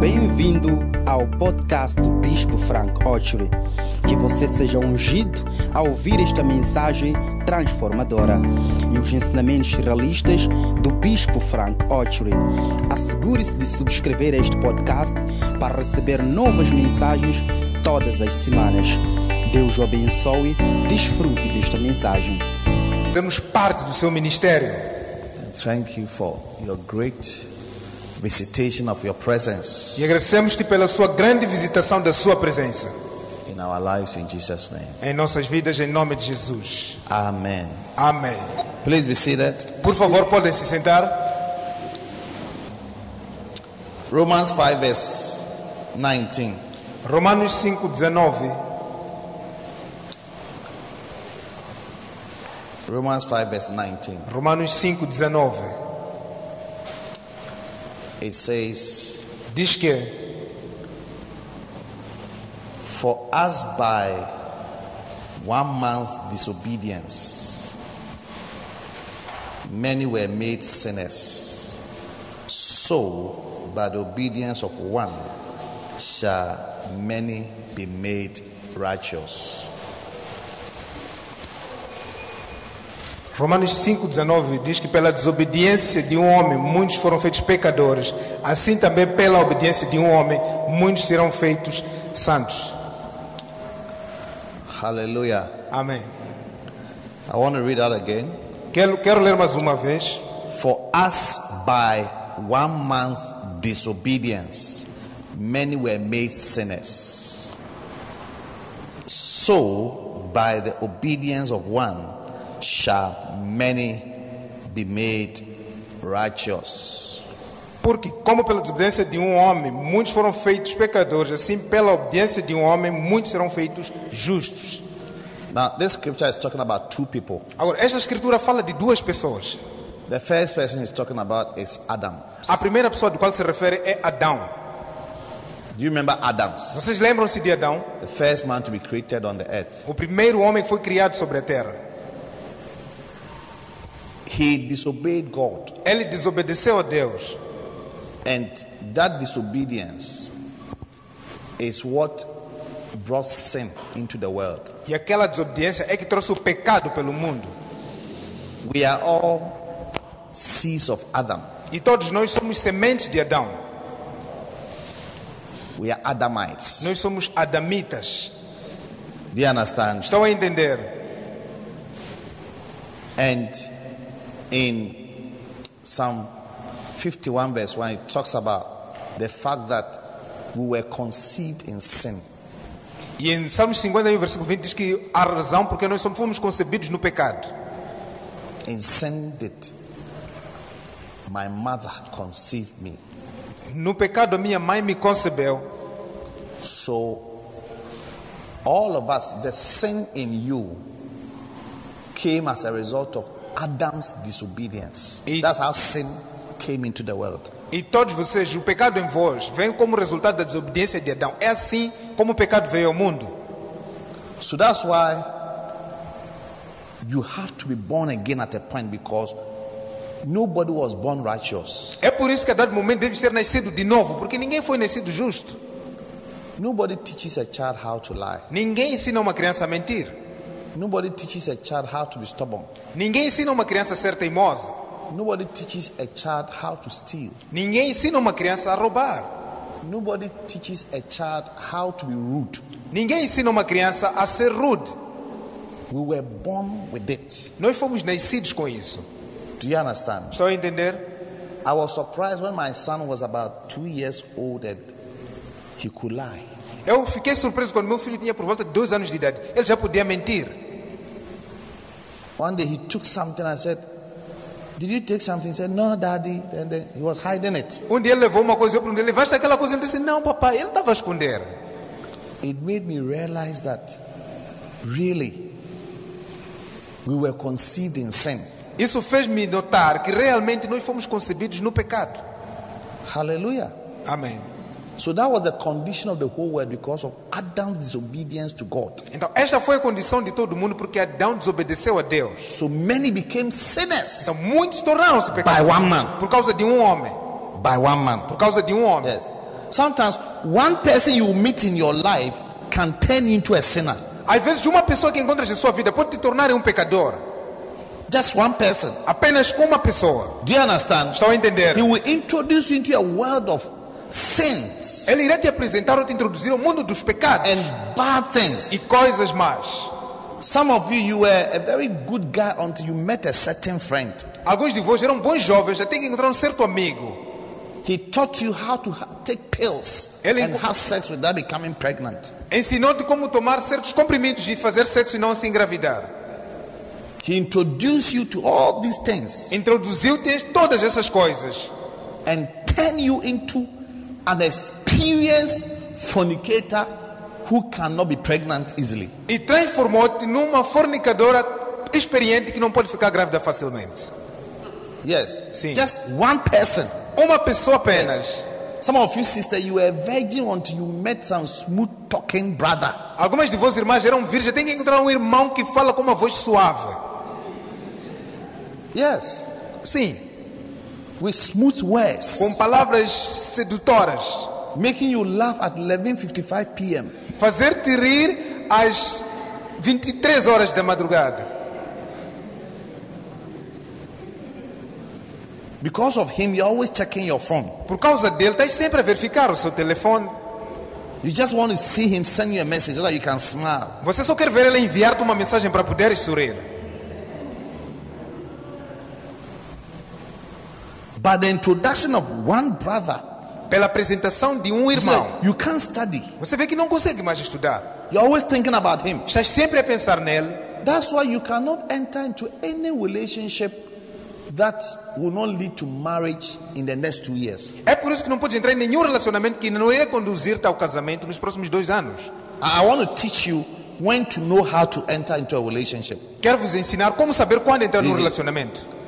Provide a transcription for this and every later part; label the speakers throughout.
Speaker 1: Bem-vindo ao podcast do Bispo Frank Ochery. Que você seja ungido ao ouvir esta mensagem transformadora e os ensinamentos realistas do Bispo Frank Ochery. Assegure-se de subscrever este podcast para receber novas mensagens todas as semanas. Deus o abençoe. Desfrute desta mensagem.
Speaker 2: Temos parte do seu ministério.
Speaker 3: And thank you for your great visitation of your presence
Speaker 2: E agradecemos-te pela sua grande visitação da sua presença
Speaker 3: in our lives in Jesus' name.
Speaker 2: em nossas vidas, em nome de Jesus.
Speaker 3: Amen.
Speaker 2: Amém.
Speaker 3: Please be seated.
Speaker 2: Por favor, podem se sentar.
Speaker 3: Romans 5, verse 19.
Speaker 2: Romanos 5,19.
Speaker 3: Romans 5, verse 19.
Speaker 2: Romanos 5,19.
Speaker 3: It says,
Speaker 2: Diz que,
Speaker 3: For as by one man's disobedience many were made sinners, so by the obedience of one shall many be made righteous.
Speaker 2: Romanos 5,19 diz que pela desobediência de um homem muitos foram feitos pecadores, assim também pela obediência de um homem muitos serão feitos santos.
Speaker 3: Hallelujah.
Speaker 2: Amém.
Speaker 3: I want to read that again.
Speaker 2: Quero, quero ler mais uma vez.
Speaker 3: For as by one man's disobedience many were made sinners, so by the obedience of one shall many be made righteous.
Speaker 2: Porque, como pela desobediência de um homem, muitos foram feitos pecadores, assim, pela obediência de um homem, muitos serão feitos justos.
Speaker 3: Now, this scripture is talking about two people.
Speaker 2: Agora, esta escritura fala de duas pessoas.
Speaker 3: The first person it's talking about is Adam.
Speaker 2: A primeira pessoa de qual se refere é Adão.
Speaker 3: Do you remember Adams,
Speaker 2: Vocês lembram-se de Adão?
Speaker 3: the first man to be created on the earth?
Speaker 2: O primeiro homem que foi criado sobre a terra.
Speaker 3: He disobeyed God.
Speaker 2: Ele desobedeceu a Deus.
Speaker 3: And that disobedience is what brought sin into the world.
Speaker 2: E aquela desobediência é que trouxe o pecado pelo mundo.
Speaker 3: We are all seeds of Adam.
Speaker 2: E todos nós somos sementes de Adão.
Speaker 3: We are Adamites.
Speaker 2: Nós somos adamitas.
Speaker 3: Do you understand?
Speaker 2: Estão a entender?
Speaker 3: And in Psalm 51, verse 1, it talks about the fact that we were conceived in sin.
Speaker 2: E em Salmos 51, versículo 20, diz que há razão porque nós só fomos concebidos no pecado.
Speaker 3: In sin did my mother conceive me.
Speaker 2: No pecado a minha mãe me concebeu.
Speaker 3: So, all of us, the sin in you came as a result of Adam's disobedience.
Speaker 2: It-
Speaker 3: That's how sin came into the world.
Speaker 2: E todos vocês, o pecado em vós vem como resultado da desobediência de Adão. É assim como o pecado veio ao mundo.
Speaker 3: So, that's why you have to be born again at a point because nobody was born righteous.
Speaker 2: É por isso que a dado momento deve ser nascido de novo, porque ninguém foi nascido justo.
Speaker 3: Nobody teaches a child how to lie,
Speaker 2: Ninguém ensina uma criança a mentir.
Speaker 3: nobody teaches a child how to be stubborn,
Speaker 2: Ninguém ensina uma criança a ser teimosa.
Speaker 3: nobody teaches a child how to steal,
Speaker 2: Ninguém ensina uma criança a roubar.
Speaker 3: nobody teaches a child how to be rude.
Speaker 2: Ninguém ensina uma criança a ser rude.
Speaker 3: We were born with it.
Speaker 2: Nós fomos nascidos com isso.
Speaker 3: Do you understand?
Speaker 2: Estão a entender?
Speaker 3: I was surprised when my son was about two years old that he could lie.
Speaker 2: Eu fiquei surpreso quando meu filho tinha por volta de dois anos de idade. Ele já podia mentir.
Speaker 3: One day he took something and said, Did you take something? He said, No, daddy. And then he was hiding it.
Speaker 2: Um dia ele levou uma coisa, eu perguntei, levaste aquela coisa? Ele disse, não papai, ele estava a esconder.
Speaker 3: It made me realize that really we were conceived in sin.
Speaker 2: Isso fez-me notar que realmente nós fomos concebidos no pecado.
Speaker 3: Hallelujah.
Speaker 2: Amém.
Speaker 3: So that was the condition of the whole world because of Adam's disobedience to God.
Speaker 2: Então, esta foi a condição de todo mundo porque Adão desobedeceu a Deus.
Speaker 3: So many became sinners
Speaker 2: Então, muitos tornaram-se
Speaker 3: by
Speaker 2: pecadores
Speaker 3: one man.
Speaker 2: por causa de um homem.
Speaker 3: By one man.
Speaker 2: Por causa de um homem.
Speaker 3: Yes. Sometimes one person you meet in your life can turn you into a sinner.
Speaker 2: Às vezes, de uma pessoa que encontras em sua vida pode te tornar um pecador.
Speaker 3: Just one person.
Speaker 2: Apenas uma pessoa.
Speaker 3: Do you understand?
Speaker 2: Estão a entender?
Speaker 3: He will introduce you into a world of sins
Speaker 2: Ele irá te apresentar ou te introduzir ao mundo dos pecados
Speaker 3: and bad
Speaker 2: e
Speaker 3: things.
Speaker 2: coisas más.
Speaker 3: Some of you, you were a very good guy until you met a certain friend.
Speaker 2: Alguns de vós eram bons jovens até que encontraram um certo amigo.
Speaker 3: He taught you how to ha- take pills
Speaker 2: Ele-
Speaker 3: and have sex without becoming pregnant.
Speaker 2: Ensinou-te como tomar certos comprimidos e fazer sexo e não se engravidar.
Speaker 3: He introduced you to all these things
Speaker 2: Introduziu-te a todas essas coisas
Speaker 3: and turned you into an experienced fornicator who cannot be pregnant easily.
Speaker 2: e transformou-te numa fornicadora experiente que não pode ficar grávida facilmente.
Speaker 3: Yes.
Speaker 2: Sim.
Speaker 3: Just one person.
Speaker 2: Uma pessoa apenas.
Speaker 3: Some of you, sister, you were a virgin until you met some smooth talking brother.
Speaker 2: Algumas de vós, irmãs, eram virgens. até que encontrar um irmão que fala com uma voz suave.
Speaker 3: Yes.
Speaker 2: Sim,
Speaker 3: With smooth words.
Speaker 2: com palavras sedutoras.
Speaker 3: Making you laugh at 11.55 p.m.
Speaker 2: Fazer-te rir às 23 horas da madrugada.
Speaker 3: Because of him, you're always checking your phone.
Speaker 2: Por causa dele, estás sempre a verificar o seu telefone.
Speaker 3: You just want to see him send you a message so that you can smile.
Speaker 2: Você só quer ver ele enviar-te uma mensagem para poderes sorrir.
Speaker 3: But the introduction of one brother,
Speaker 2: Pela apresentação de um
Speaker 3: it's like
Speaker 2: irmão.
Speaker 3: you can't study.
Speaker 2: Você vê que não consegue mais estudar.
Speaker 3: You're always thinking about him.
Speaker 2: Estás sempre a pensar nele.
Speaker 3: That's why you cannot enter into any relationship that will not lead to marriage in the next two years.
Speaker 2: É por isso que não podes entrar em nenhum relacionamento que não irá conduzir-te ao casamento nos próximos dois anos.
Speaker 3: I I want to teach you when to know how to enter into a relationship.
Speaker 2: Quero vos ensinar como saber quando entrar num
Speaker 3: Easy.
Speaker 2: relacionamento.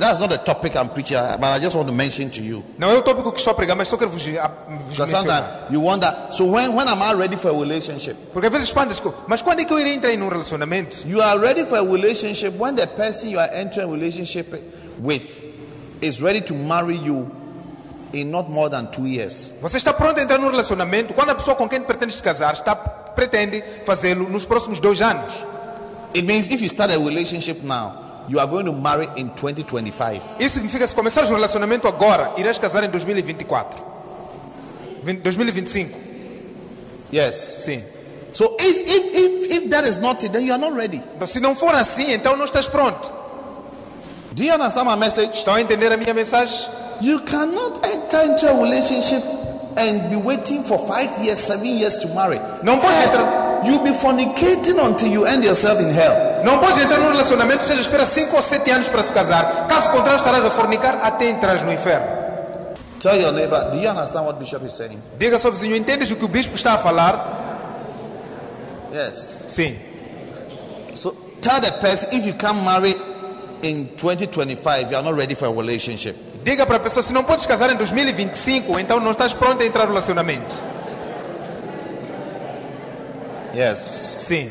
Speaker 3: That's not the topic I'm preaching, uh, but I just want to mention to you.
Speaker 2: Não é o tópico que estou a pregar, mas só quero vos, a, vos
Speaker 3: Because
Speaker 2: mencionar.
Speaker 3: sometimes you wonder, so when, when am I ready for a relationship?
Speaker 2: Porque às vezes espantas, co- mas quando é que eu irei entrar em um relacionamento?
Speaker 3: You are ready for a relationship when the person you are entering a relationship with is ready to marry you in not more than two years.
Speaker 2: Você está pronto a entrar num relacionamento quando a pessoa com quem pretendes te casar está, pretende fazê-lo nos próximos dois anos.
Speaker 3: It means if you start a relationship now, you are going to marry in 2025.
Speaker 2: Isso significa que se começares um relacionamento agora, irás casar em 2024. Vin- 2025,
Speaker 3: Yes.
Speaker 2: sim.
Speaker 3: So if if if if that is not it, then you are not ready.
Speaker 2: Então, se não for assim, então não estás pronto.
Speaker 3: Do you understand my message?
Speaker 2: Estão a entender a minha mensagem?
Speaker 3: You cannot enter into a relationship and be waiting for five years, seven years to marry.
Speaker 2: Não podes entrar,
Speaker 3: You'll be fornicating until you end yourself in hell.
Speaker 2: não podes entrar num relacionamento que seja espera 5 ou 7 anos para se casar. Caso contrário, estarás a fornicar até entrar no inferno.
Speaker 3: Tell your neighbor, do you understand what Bishop is saying?
Speaker 2: Diga ao seu vizinho, entendes o que o bispo está a falar?
Speaker 3: Yes.
Speaker 2: Sim.
Speaker 3: So tell the person if you can't marry in 2025, you are not ready for a relationship.
Speaker 2: Diga para a pessoa, se não podes casar em 2025, então não estás pronto a entrar no relacionamento.
Speaker 3: Yes.
Speaker 2: Sim.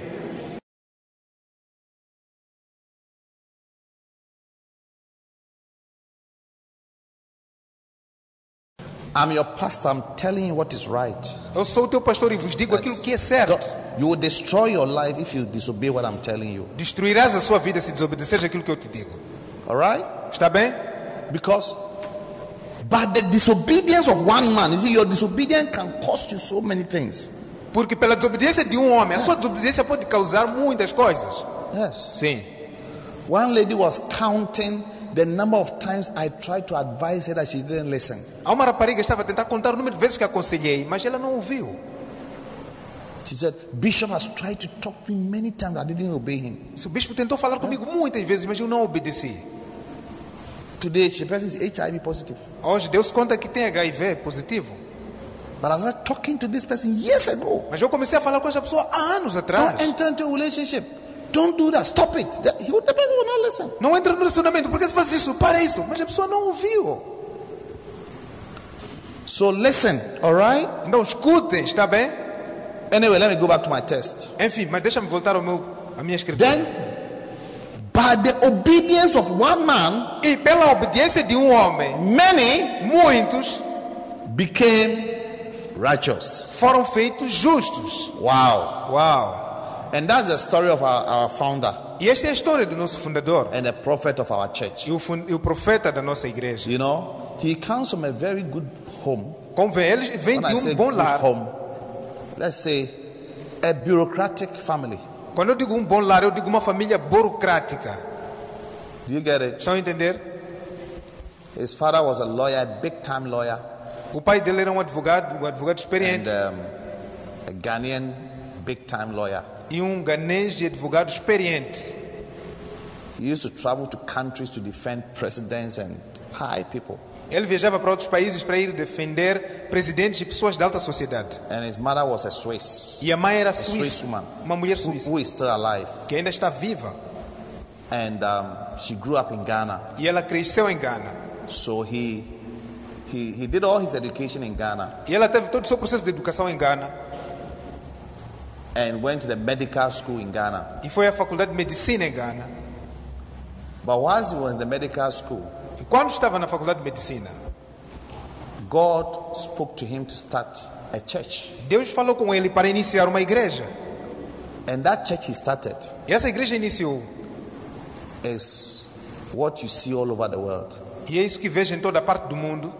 Speaker 3: I'm your pastor. I'm telling you what is right.
Speaker 2: Eu sou o teu pastor e vos digo aquilo que é
Speaker 3: God,
Speaker 2: certo.
Speaker 3: you will destroy your life if you disobey what I'm telling you.
Speaker 2: Destruirás a sua vida se desobedeceres aquilo que eu te digo.
Speaker 3: All right?
Speaker 2: Está bem?
Speaker 3: Because, but the disobedience of one man, you see, your disobedience can cost you so many things.
Speaker 2: Porque pela desobediência de um homem, a sua desobediência pode causar muitas coisas.
Speaker 3: Yes.
Speaker 2: Sim.
Speaker 3: One lady was counting the number of times I tried to advise her that she didn't listen.
Speaker 2: Há uma rapariga que estava a tentar contar o número de vezes que aconselhei, mas ela não ouviu.
Speaker 3: She said, Bishop has tried to talk to me many times. I didn't obey him.
Speaker 2: O bispo tentou falar comigo muitas vezes, mas eu não obedeci.
Speaker 3: Today, the person is HIV positive.
Speaker 2: Hoje Deus conta que tem HIV positivo.
Speaker 3: But I started talking to this person years ago.
Speaker 2: Mas eu comecei a falar com essa pessoa há anos
Speaker 3: Don't
Speaker 2: atrás.
Speaker 3: enter into a relationship. Don't do that. Stop it. The, he- the person will not listen.
Speaker 2: Não entra no relacionamento, por que você faz isso? Para isso. Mas a pessoa não ouviu.
Speaker 3: So listen, all right?
Speaker 2: Então escutem, está bem?
Speaker 3: Anyway, let me go back to my test.
Speaker 2: Enfim, mas deixa-me voltar ao meu, à minha escritura.
Speaker 3: Then, by the obedience of one man,
Speaker 2: E pela obediência de um homem,
Speaker 3: many
Speaker 2: muitos
Speaker 3: became righteous.
Speaker 2: foram feitos justos.
Speaker 3: Wow.
Speaker 2: Uau!
Speaker 3: And that's the story of our, our founder
Speaker 2: E esta é a história do nosso fundador
Speaker 3: and the prophet of our church.
Speaker 2: e o, fun- e o profeta da nossa igreja.
Speaker 3: You know, he comes from a very good home.
Speaker 2: Como vê, ele vem
Speaker 3: When I
Speaker 2: de
Speaker 3: say
Speaker 2: um bom
Speaker 3: good
Speaker 2: lar.
Speaker 3: home, let's say a bureaucratic family.
Speaker 2: Quando eu digo um bom lar, eu digo uma família burocrática.
Speaker 3: Do you get it?
Speaker 2: Estão a entender?
Speaker 3: His father was a lawyer, big time lawyer,
Speaker 2: O pai dele era um advogado, um advogado
Speaker 3: and
Speaker 2: experiente
Speaker 3: um, a Ghanaian big time lawyer.
Speaker 2: e um ganês de advogado experiente.
Speaker 3: He used to travel to countries to defend presidents and high people.
Speaker 2: Ele viajava para outros países para ir defender presidentes e pessoas da alta sociedade.
Speaker 3: And his mother was a Swiss,
Speaker 2: E a mãe era
Speaker 3: Swiss
Speaker 2: suíça,
Speaker 3: woman
Speaker 2: uma mulher
Speaker 3: who,
Speaker 2: suíça
Speaker 3: who is still alive.
Speaker 2: que ainda está viva.
Speaker 3: And um, she grew up in Ghana.
Speaker 2: E ela cresceu em Ghana.
Speaker 3: So he, he, he did all his education in Ghana
Speaker 2: E ela teve todo o seu processo de educação em Ghana
Speaker 3: and went to the medical school in Ghana.
Speaker 2: e foi à faculdade de medicina em Ghana.
Speaker 3: But whilst he was in the medical school,
Speaker 2: E quando estava na faculdade de medicina,
Speaker 3: God spoke to him to start a church.
Speaker 2: Deus falou com ele para iniciar uma igreja.
Speaker 3: And that church he started
Speaker 2: E essa igreja iniciou.
Speaker 3: is what you see all over the world.
Speaker 2: E é isso que vejo em toda a parte do mundo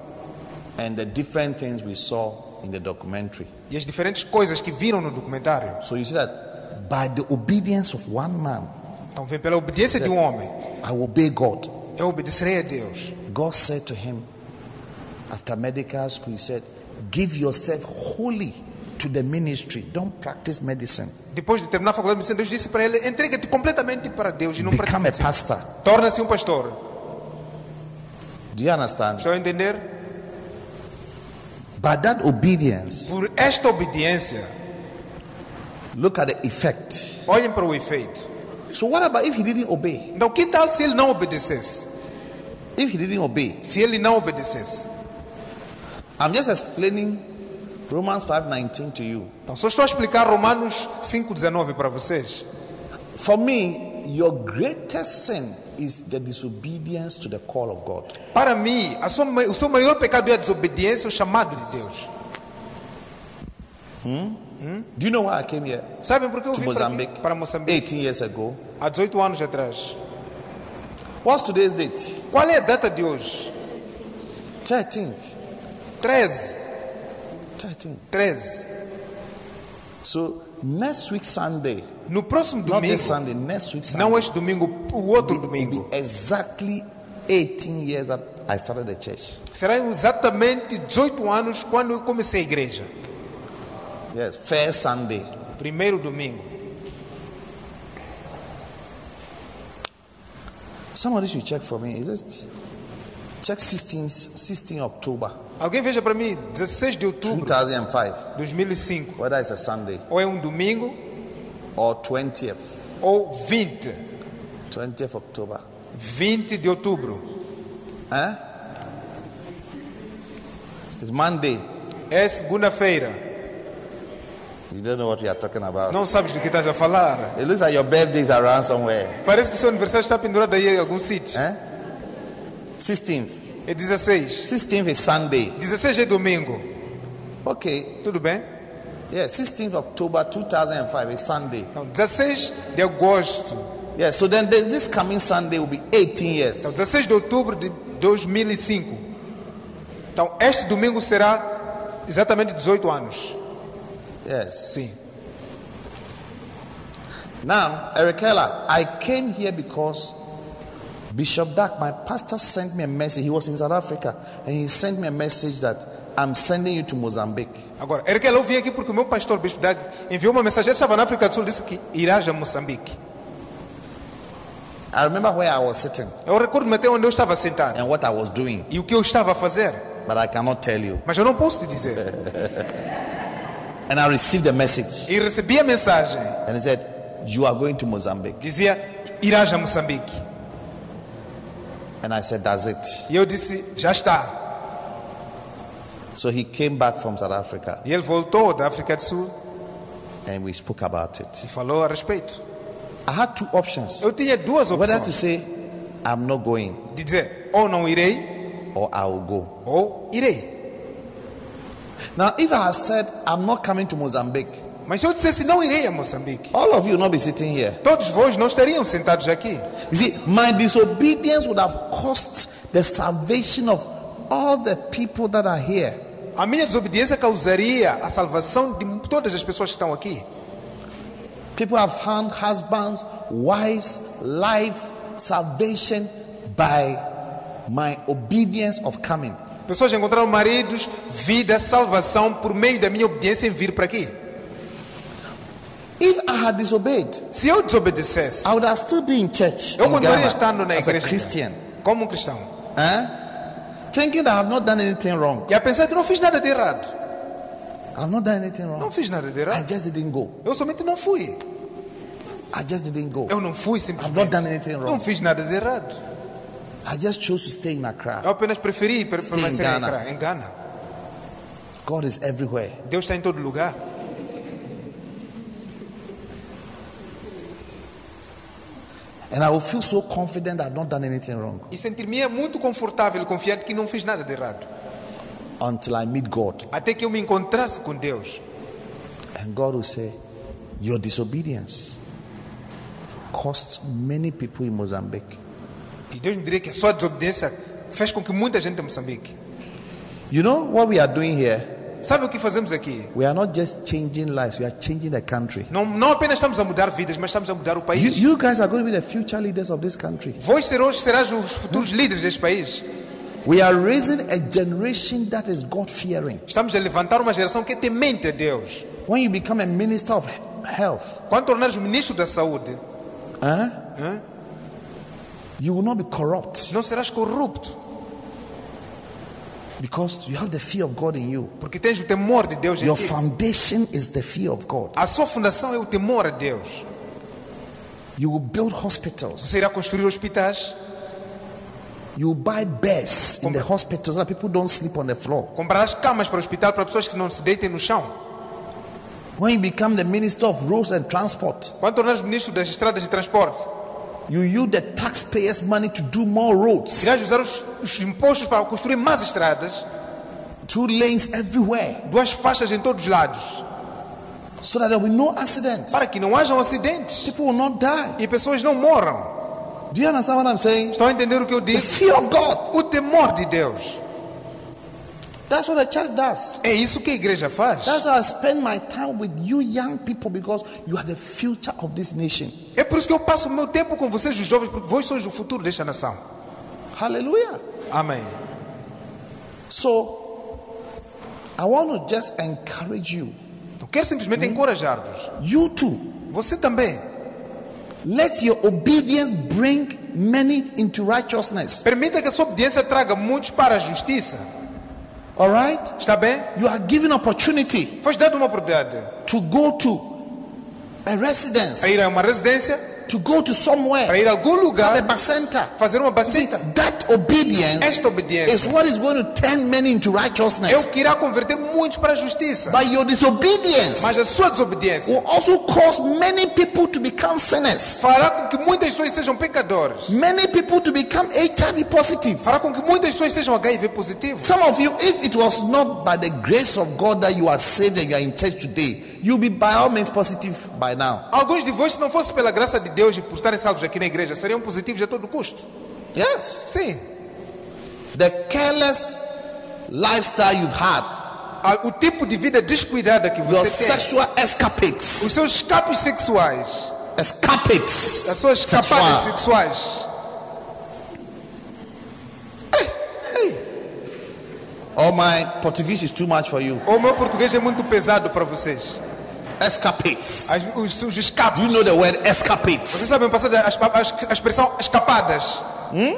Speaker 3: and the different things we saw in the documentary.
Speaker 2: e as diferentes coisas que viram no documentário.
Speaker 3: So you see that by the obedience of one man,
Speaker 2: Então vem pela obediência de um homem.
Speaker 3: I obey God.
Speaker 2: Eu obedecerei a Deus.
Speaker 3: God said to him, after medical school, he said, Give yourself wholly to the ministry. Don't practice medicine.
Speaker 2: Depois de terminar a faculdade de medicina, Deus disse para ele: entrega-te completamente para Deus e não
Speaker 3: Become a
Speaker 2: pratique.
Speaker 3: pastor.
Speaker 2: Torna-se um pastor.
Speaker 3: Do you understand?
Speaker 2: Estão a entender?
Speaker 3: By that obedience,
Speaker 2: Por esta obediência,
Speaker 3: look at the effect.
Speaker 2: olhem para o efeito.
Speaker 3: So what about if he didn't obey?
Speaker 2: Então, que tal se ele não obedecesse?
Speaker 3: If he didn't obey,
Speaker 2: Se ele não obedecesse?
Speaker 3: I'm just explaining Romans 5:19 to you.
Speaker 2: Então, só estou a explicar Romanos 5,19 para vocês.
Speaker 3: For me, your greatest sin is the disobedience to the call of God.
Speaker 2: Para mim, a sua ma- o seu maior pecado é a desobediência ao chamado de Deus.
Speaker 3: Do you know why I came here?
Speaker 2: Sabem por que eu
Speaker 3: To
Speaker 2: vim para, aqui,
Speaker 3: Mozambique
Speaker 2: para Moçambique
Speaker 3: 18 years ago.
Speaker 2: há 18 anos atrás?
Speaker 3: What's today's date?
Speaker 2: Qual é a data de hoje?
Speaker 3: 13th.
Speaker 2: 13.
Speaker 3: 13th.
Speaker 2: 13.
Speaker 3: So next week Sunday,
Speaker 2: No próximo
Speaker 3: not
Speaker 2: domingo,
Speaker 3: this Sunday, next week Sunday,
Speaker 2: não este domingo, o outro
Speaker 3: will
Speaker 2: domingo,
Speaker 3: be exactly 18 years that I started the church.
Speaker 2: será exatamente 18 anos quando eu comecei a igreja.
Speaker 3: Yes, first Sunday.
Speaker 2: Primeiro domingo.
Speaker 3: Somebody should check for me. Is it? Check 16, 16 October
Speaker 2: Alguém veja para mim, 16 de outubro
Speaker 3: 2005,
Speaker 2: de 2005,
Speaker 3: whether it's a Sunday
Speaker 2: ou é um domingo,
Speaker 3: or 20th.
Speaker 2: ou 20.
Speaker 3: 20th October.
Speaker 2: 20 de outubro.
Speaker 3: Huh? Eh? It's Monday.
Speaker 2: É segunda-feira.
Speaker 3: You don't know what you are talking about.
Speaker 2: Não sabes do que estás a falar.
Speaker 3: It looks like your birthday is around somewhere. Eh?
Speaker 2: Parece que o seu aniversário está pendurado aí em algum sítio.
Speaker 3: Huh? 16th.
Speaker 2: É 16.
Speaker 3: 16th is Sunday.
Speaker 2: 16 é domingo.
Speaker 3: Okay.
Speaker 2: Tudo bem?
Speaker 3: Yeah, 16th October 2005 is Sunday.
Speaker 2: Então, 16 de agosto.
Speaker 3: Yeah, so then this this coming Sunday will be 18
Speaker 2: Então,
Speaker 3: years.
Speaker 2: 16 de outubro de 2005. Então, este domingo será exatamente 18 anos.
Speaker 3: Yes.
Speaker 2: Sim.
Speaker 3: Now, Eric Keller, I came here because Bishop Dark, my pastor, sent me a message. He was in South Africa and he sent me a message that I'm sending you to Mozambique.
Speaker 2: Agora, Erkel, eu vim aqui porque o meu pastor, Bispo Dag, enviou uma mensagem. Ele estava na África do Sul e disse que irás a Moçambique.
Speaker 3: I remember where I was sitting
Speaker 2: Eu recordo-me até onde eu estava sentado
Speaker 3: and what I was doing,
Speaker 2: e o que eu estava a fazer.
Speaker 3: but I cannot tell you.
Speaker 2: Mas eu não posso te dizer.
Speaker 3: And I received a message,
Speaker 2: E recebi a mensagem.
Speaker 3: and it said, You are going to Mozambique.
Speaker 2: Dizia, irás a Moçambique.
Speaker 3: And I said, That's it.
Speaker 2: E eu disse, já está.
Speaker 3: So he came back from South Africa
Speaker 2: E ele voltou da África do Sul
Speaker 3: and we spoke about it.
Speaker 2: e falou a respeito.
Speaker 3: I had two options
Speaker 2: Eu tinha duas
Speaker 3: whether to
Speaker 2: opções.
Speaker 3: say, I'm not going,
Speaker 2: De dizer, ou não irei,
Speaker 3: or I will go.
Speaker 2: ou irei.
Speaker 3: Now, if I had said, I'm not coming to Mozambique,
Speaker 2: Mas se eu dissesse, não irei a Moçambique,
Speaker 3: all of you would not be sitting here.
Speaker 2: todos vós não estariam sentados aqui.
Speaker 3: You see, my disobedience would have cost the salvation of all the people that are here.
Speaker 2: A minha desobediência causaria a salvação de todas as pessoas que estão aqui.
Speaker 3: People have found husbands, wives, life, salvation by my obedience of coming.
Speaker 2: Pessoas encontraram maridos, vida, salvação por meio da minha obediência em vir para aqui.
Speaker 3: If I had disobeyed,
Speaker 2: Se eu desobedecesse,
Speaker 3: I would have still been in church
Speaker 2: eu
Speaker 3: in
Speaker 2: continuaria
Speaker 3: Ghana
Speaker 2: estando na
Speaker 3: as a
Speaker 2: igreja
Speaker 3: Christian,
Speaker 2: como um cristão.
Speaker 3: eh? thinking that I have not done anything wrong.
Speaker 2: E a pensar que não fiz nada de errado.
Speaker 3: I've not done anything
Speaker 2: Não
Speaker 3: wrong.
Speaker 2: fiz nada de
Speaker 3: I
Speaker 2: errado.
Speaker 3: just didn't go.
Speaker 2: Eu somente não fui.
Speaker 3: I just didn't go.
Speaker 2: Eu não fui
Speaker 3: I've
Speaker 2: simplesmente.
Speaker 3: not done anything wrong.
Speaker 2: Não fiz nada de errado.
Speaker 3: I just chose to stay in
Speaker 2: Eu
Speaker 3: Accra.
Speaker 2: apenas preferi per-
Speaker 3: Stay in
Speaker 2: permanecer em
Speaker 3: Ghana.
Speaker 2: Accra, em Ghana.
Speaker 3: God is everywhere.
Speaker 2: Deus está em todo lugar.
Speaker 3: And I will feel so confident I've not done anything wrong
Speaker 2: E sentir-me é muito confortável e confiante que não fiz nada de errado.
Speaker 3: until I meet God.
Speaker 2: Até que eu me encontrasse com Deus.
Speaker 3: And God will say, Your disobedience cost many people in Mozambique.
Speaker 2: E Deus me diria que a sua desobediência fez com que muita gente em Moçambique.
Speaker 3: You know what we are doing here?
Speaker 2: Sabe o que fazemos aqui?
Speaker 3: We are not just changing lives, we are changing the country.
Speaker 2: Não, não apenas estamos a mudar vidas, mas estamos a mudar o
Speaker 3: You,
Speaker 2: país.
Speaker 3: you guys are going to be the future leaders of this country.
Speaker 2: Vós serás, serás os futuros líderes deste país.
Speaker 3: We are raising a generation that is God fearing.
Speaker 2: Estamos a levantar uma geração que é temente a Deus.
Speaker 3: When you become a minister of he- health,
Speaker 2: Quando tornares o ministro da saúde,
Speaker 3: huh? you will not be corrupt
Speaker 2: não serás corrupto,
Speaker 3: because you have the fear of God in you.
Speaker 2: porque tens o temor de Deus em
Speaker 3: Your
Speaker 2: ti.
Speaker 3: foundation is the fear of God.
Speaker 2: A sua fundação é o temor a Deus.
Speaker 3: You will build hospitals.
Speaker 2: Você irá construir hospitais,
Speaker 3: You will buy beds in the hospitals so that people don't sleep on the floor.
Speaker 2: comprarás camas para o hospital para pessoas que não se deitem no chão.
Speaker 3: When you become the minister of roads and transport,
Speaker 2: Quando tornares ministro das estradas de transporte,
Speaker 3: you use the taxpayers' money to do more roads,
Speaker 2: irás usar os, os impostos para construir mais estradas,
Speaker 3: two lanes everywhere,
Speaker 2: duas faixas em todos os lados,
Speaker 3: so that there will be no accidents.
Speaker 2: para que não hajam acidentes
Speaker 3: People will not die.
Speaker 2: e pessoas não morram.
Speaker 3: Do you understand what I'm saying?
Speaker 2: Estão a entender o que eu
Speaker 3: The
Speaker 2: disse?
Speaker 3: fear of é God.
Speaker 2: O temor de Deus.
Speaker 3: That's what the church does.
Speaker 2: É isso que a igreja faz.
Speaker 3: That's how I spend my time with you young people because you are the future of this nation.
Speaker 2: É por isso que eu passo o meu tempo com vocês, os jovens, porque vós sois o futuro desta nação.
Speaker 3: Hallelujah.
Speaker 2: Amém.
Speaker 3: So I want to just encourage you.
Speaker 2: Eu quero simplesmente encorajar-vos.
Speaker 3: You too.
Speaker 2: Você também.
Speaker 3: Let your obedience bring many into righteousness.
Speaker 2: Permita que a sua obediência traga muitos para a justiça.
Speaker 3: All right?
Speaker 2: Está bem?
Speaker 3: You are given opportunity
Speaker 2: Foi dado uma oportunidade
Speaker 3: to go to a residence,
Speaker 2: para ir a uma residência,
Speaker 3: to go
Speaker 2: para
Speaker 3: to somewhere,
Speaker 2: ir a algum
Speaker 3: have a
Speaker 2: lugar,
Speaker 3: bus center.
Speaker 2: fazer uma
Speaker 3: See,
Speaker 2: bacita.
Speaker 3: that obedience
Speaker 2: Esta obediência
Speaker 3: is what is going to turn many into
Speaker 2: é
Speaker 3: righteousness.
Speaker 2: o que irá converter muitos para a justiça.
Speaker 3: But your disobedience
Speaker 2: Mas a sua desobediência
Speaker 3: will also cause many people to become sinners,
Speaker 2: fará com que muitas pessoas sejam pecadoras.
Speaker 3: many people to become HIV positive.
Speaker 2: Fará com que muitas pessoas sejam HIV positivas.
Speaker 3: Some of you, if it was not by the grace of God that you are saved and you are in church today, you'll be by all means positive by now.
Speaker 2: Alguns de vós, se não fosse pela graça de Deus e por estarem salvos aqui na igreja, seriam positivos a todo custo.
Speaker 3: Yes.
Speaker 2: Sim.
Speaker 3: The careless lifestyle you've had,
Speaker 2: A- O tipo de vida descuidada que
Speaker 3: your
Speaker 2: você tem,
Speaker 3: sexual
Speaker 2: os
Speaker 3: escapades,
Speaker 2: seus escapes sexuais,
Speaker 3: escapades,
Speaker 2: as suas escapadas
Speaker 3: sexual,
Speaker 2: sexuais,
Speaker 3: or Oh, my Portuguese is too much for you,
Speaker 2: ou o meu português é muito pesado para vocês.
Speaker 3: escapades.
Speaker 2: As- os, os escapes.
Speaker 3: Do you know the word
Speaker 2: Vocês
Speaker 3: escapades?
Speaker 2: sabem passar da- as, as- a expressão escapadas? Hã?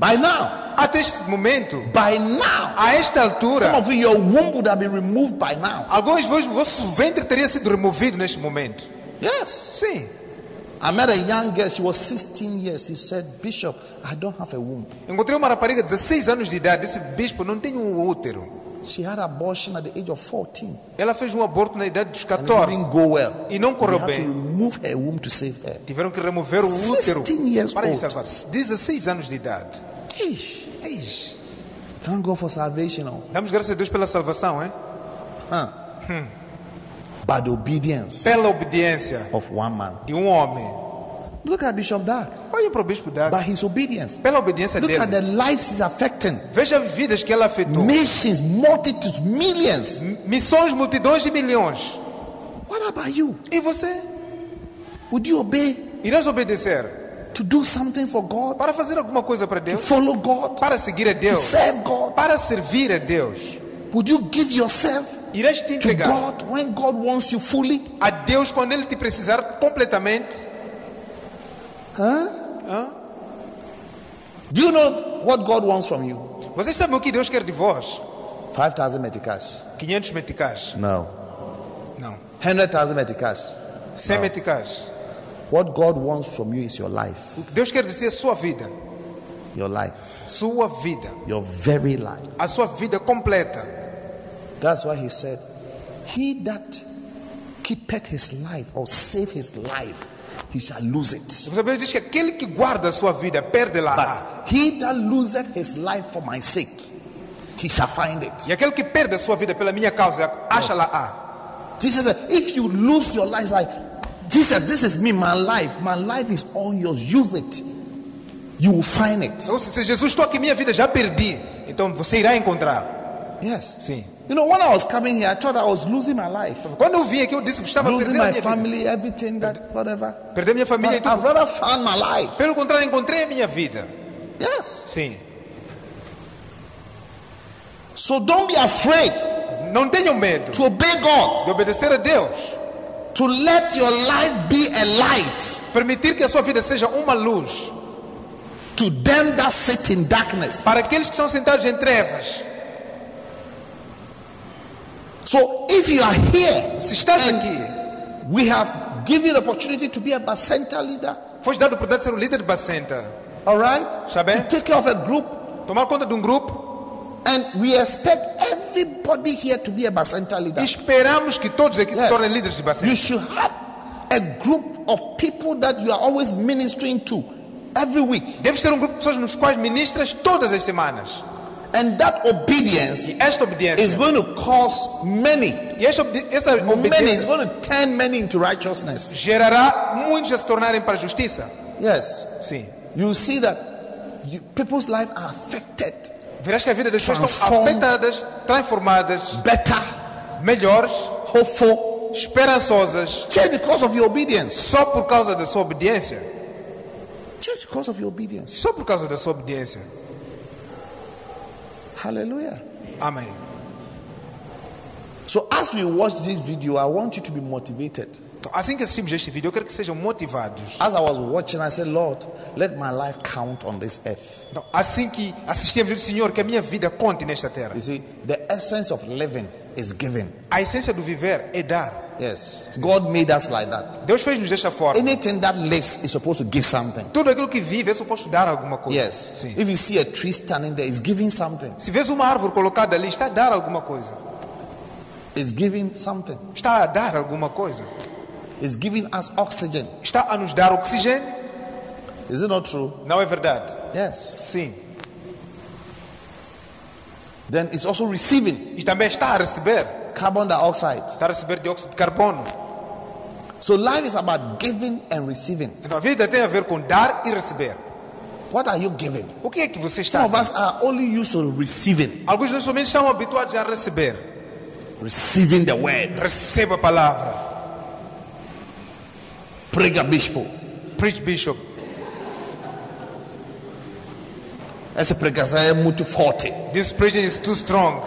Speaker 3: By now,
Speaker 2: Até este momento,
Speaker 3: by now,
Speaker 2: a esta altura,
Speaker 3: some of you, your womb would have been removed by now.
Speaker 2: alguns de vós, o vosso ventre teria sido removido neste momento.
Speaker 3: Yes.
Speaker 2: Sim.
Speaker 3: I met a young girl, she was 16 years. She said, Bishop, I don't have a womb.
Speaker 2: Encontrei uma rapariga de 16 anos de idade, disse, bispo, não tenho um útero.
Speaker 3: She had abortion at the age of 14.
Speaker 2: Ela fez um aborto na idade dos
Speaker 3: And it
Speaker 2: 14.
Speaker 3: didn't go well.
Speaker 2: E não correu
Speaker 3: They had to
Speaker 2: bem.
Speaker 3: remove her womb to save her.
Speaker 2: Tiveram que remover o útero
Speaker 3: 16 years
Speaker 2: para lhe
Speaker 3: old.
Speaker 2: salvar. 16 anos de idade.
Speaker 3: Eish.
Speaker 2: Eis.
Speaker 3: Thank God for salvation. oh.
Speaker 2: Damos graças a Deus pela salvação, hein?
Speaker 3: Huh. But the obedience
Speaker 2: pela obediência
Speaker 3: of one man.
Speaker 2: de um homem.
Speaker 3: Look at Bishop Dark.
Speaker 2: Olha para o bispo Dago.
Speaker 3: By his obedience.
Speaker 2: Pela obediência
Speaker 3: Look at
Speaker 2: dele.
Speaker 3: the lives he's affecting.
Speaker 2: Veja vidas que ela afetou.
Speaker 3: Missions, multitudes, millions.
Speaker 2: Missões, multidões e milhões.
Speaker 3: What about you?
Speaker 2: E você?
Speaker 3: Would you obey
Speaker 2: Irás obedecer
Speaker 3: to do something for God?
Speaker 2: para fazer alguma coisa para
Speaker 3: To
Speaker 2: Deus?
Speaker 3: follow God?
Speaker 2: Para seguir a
Speaker 3: To
Speaker 2: Deus?
Speaker 3: serve God?
Speaker 2: Para servir a Deus?
Speaker 3: Would you give yourself
Speaker 2: Irás te
Speaker 3: to
Speaker 2: entregar
Speaker 3: God when God wants you fully?
Speaker 2: a Deus quando Ele te precisar completamente?
Speaker 3: Huh? Do you know what God wants from you?
Speaker 2: Vocês sabem o que Deus quer de vós?
Speaker 3: 5,000 meticas.
Speaker 2: 500 meticais?
Speaker 3: No.
Speaker 2: Não.
Speaker 3: 100,000 meticas.
Speaker 2: 100 meticais?
Speaker 3: What God wants from you is your life.
Speaker 2: O que Deus quer dizer é sua vida.
Speaker 3: Your life.
Speaker 2: Sua vida.
Speaker 3: Your very life.
Speaker 2: A sua vida completa.
Speaker 3: That's why he said, He that keepeth his life or save his life, he shall lose it.
Speaker 2: Você diz que aquele que guarda a sua vida perde lá.
Speaker 3: But he that loseth his life for my sake, he shall find it.
Speaker 2: E aquele que perde a sua vida pela minha causa, acha lá a.
Speaker 3: Jesus said, If you lose your life, it's like Jesus, this is me, my life. My life is all yours. Use it. You will find it.
Speaker 2: Então, se se Jesus, estou aqui, minha vida já perdi. Então você irá encontrar.
Speaker 3: Yes.
Speaker 2: Sim.
Speaker 3: You know, when I was coming here, I thought I was losing my life,
Speaker 2: Quando eu vim aqui, eu disse que estava
Speaker 3: losing
Speaker 2: perdendo a
Speaker 3: my
Speaker 2: minha família.
Speaker 3: family, everything that, whatever.
Speaker 2: Perder minha família e
Speaker 3: But
Speaker 2: tudo.
Speaker 3: I've rather found my life.
Speaker 2: Pelo contrário, encontrei a minha vida.
Speaker 3: Yes.
Speaker 2: Sim.
Speaker 3: So don't be afraid.
Speaker 2: Não tenham medo
Speaker 3: to obey God,
Speaker 2: de obedecer a Deus.
Speaker 3: to let your life be a light
Speaker 2: Permitir que a sua vida seja uma luz
Speaker 3: to them that sit in darkness.
Speaker 2: para aqueles que estão sentados em trevas.
Speaker 3: So if you are here,
Speaker 2: Se estás
Speaker 3: and
Speaker 2: aqui,
Speaker 3: we have given you the opportunity to be a Basenta leader,
Speaker 2: foste dado a oportunidade de ser um líder de Bacenta.
Speaker 3: all right?
Speaker 2: Está bem?
Speaker 3: To take care of a group,
Speaker 2: Tomar conta de um grupo
Speaker 3: and we expect everybody here to be a Basenta
Speaker 2: e
Speaker 3: leader.
Speaker 2: esperamos que todos aqui se
Speaker 3: Tá. Yes.
Speaker 2: tornem líderes de
Speaker 3: You
Speaker 2: Bacenta.
Speaker 3: should have a group of people that you are always ministering to every week,
Speaker 2: Deves ter um grupo de pessoas nos quais ministras todas as semanas.
Speaker 3: and that obedience
Speaker 2: E esta
Speaker 3: is
Speaker 2: obediência,
Speaker 3: going to cause many
Speaker 2: e esta obedi- essa
Speaker 3: Many is
Speaker 2: obediência
Speaker 3: going to turn many into righteousness.
Speaker 2: gerará muitos a se tornarem para a justiça.
Speaker 3: Yes.
Speaker 2: Sim.
Speaker 3: You see that you, people's lives are affected
Speaker 2: Verás que a vida das pessoas estão
Speaker 3: Transformed.
Speaker 2: afetadas, transformadas,
Speaker 3: better,
Speaker 2: melhores,
Speaker 3: hopeful,
Speaker 2: esperançosas,
Speaker 3: just because of your obedience.
Speaker 2: só por causa da sua obediência.
Speaker 3: Just because of your obedience.
Speaker 2: Só por causa da sua obediência.
Speaker 3: Hallelujah.
Speaker 2: Amém.
Speaker 3: So as we watch this video, I want you to be motivated.
Speaker 2: Então, assim que assistimos este vídeo, eu quero que sejam motivados.
Speaker 3: As I was watching, I said, Lord, let my life count on this earth.
Speaker 2: Então, assim que assistimos, eu disse, Senhor, que a minha vida conte nesta terra.
Speaker 3: You see, the essence of living is giving.
Speaker 2: A essência do viver é dar.
Speaker 3: Yes. God made us like that.
Speaker 2: Deus fez-nos desta forma.
Speaker 3: Anything that lives is supposed to give something.
Speaker 2: Tudo aquilo que vive é suposto dar alguma coisa.
Speaker 3: Yes.
Speaker 2: Sim.
Speaker 3: If you see a tree standing there, it's giving something.
Speaker 2: Se vês uma árvore colocada ali, está a dar alguma coisa.
Speaker 3: It's giving something.
Speaker 2: Está a dar alguma coisa.
Speaker 3: It's giving us oxygen.
Speaker 2: Está a nos dar oxigênio?
Speaker 3: Is it not true?
Speaker 2: Não é verdade?
Speaker 3: Yes.
Speaker 2: Sim.
Speaker 3: Then it's also receiving
Speaker 2: E também está a receber.
Speaker 3: carbon dioxide.
Speaker 2: Está a receber dióxido de carbono.
Speaker 3: So life is about giving and receiving.
Speaker 2: Então a vida tem a ver com dar e receber.
Speaker 3: What are you giving?
Speaker 2: O que é que você está
Speaker 3: Some of us are only used to receiving,
Speaker 2: Alguns nós somente estão habituados a receber.
Speaker 3: receiving the word.
Speaker 2: Receba a palavra.
Speaker 3: Prega bispo.
Speaker 2: Preach Bishop.
Speaker 3: Essa pregação é muito forte.
Speaker 2: This preaching is too strong.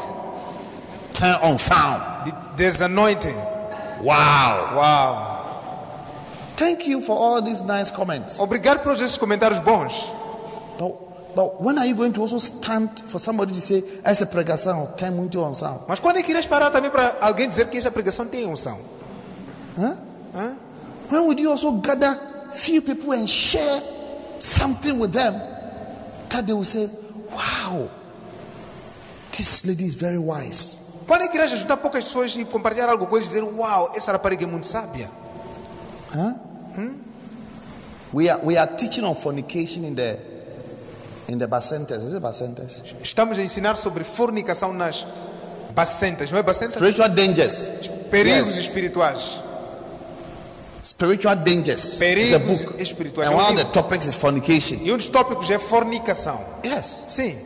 Speaker 3: Turn on sound.
Speaker 2: The- There's anointing.
Speaker 3: Wow.
Speaker 2: Uau.
Speaker 3: Thank you for all these nice comments.
Speaker 2: Obrigado pelos esses comentários bons.
Speaker 3: But, but when are you going to also stand for somebody to say, essa pregação tem muito on sound?
Speaker 2: Mas quando é que irás parar também para alguém dizer que esta pregação tem unção?
Speaker 3: When would you also gather few people and share something with them that they will say, Wow, this lady is very wise.
Speaker 2: Quando é que irás ajudar poucas pessoas e compartilhar algo com eles e dizer Uau, essa rapariga é muito sábia?
Speaker 3: We are, we are teaching on fornication in the in the Bacentes. Is it Bacentes?
Speaker 2: Estamos a ensinar sobre fornicação nas bacentas, não é bacentas?
Speaker 3: Spiritual dangers.
Speaker 2: Perigos
Speaker 3: Yes.
Speaker 2: espirituais.
Speaker 3: Spiritual dangers. It's a
Speaker 2: Perigos
Speaker 3: book.
Speaker 2: espirituais.
Speaker 3: And
Speaker 2: É um
Speaker 3: one of the
Speaker 2: livro.
Speaker 3: topics is fornication.
Speaker 2: E um dos tópicos é fornicação.
Speaker 3: Yes.
Speaker 2: Sim.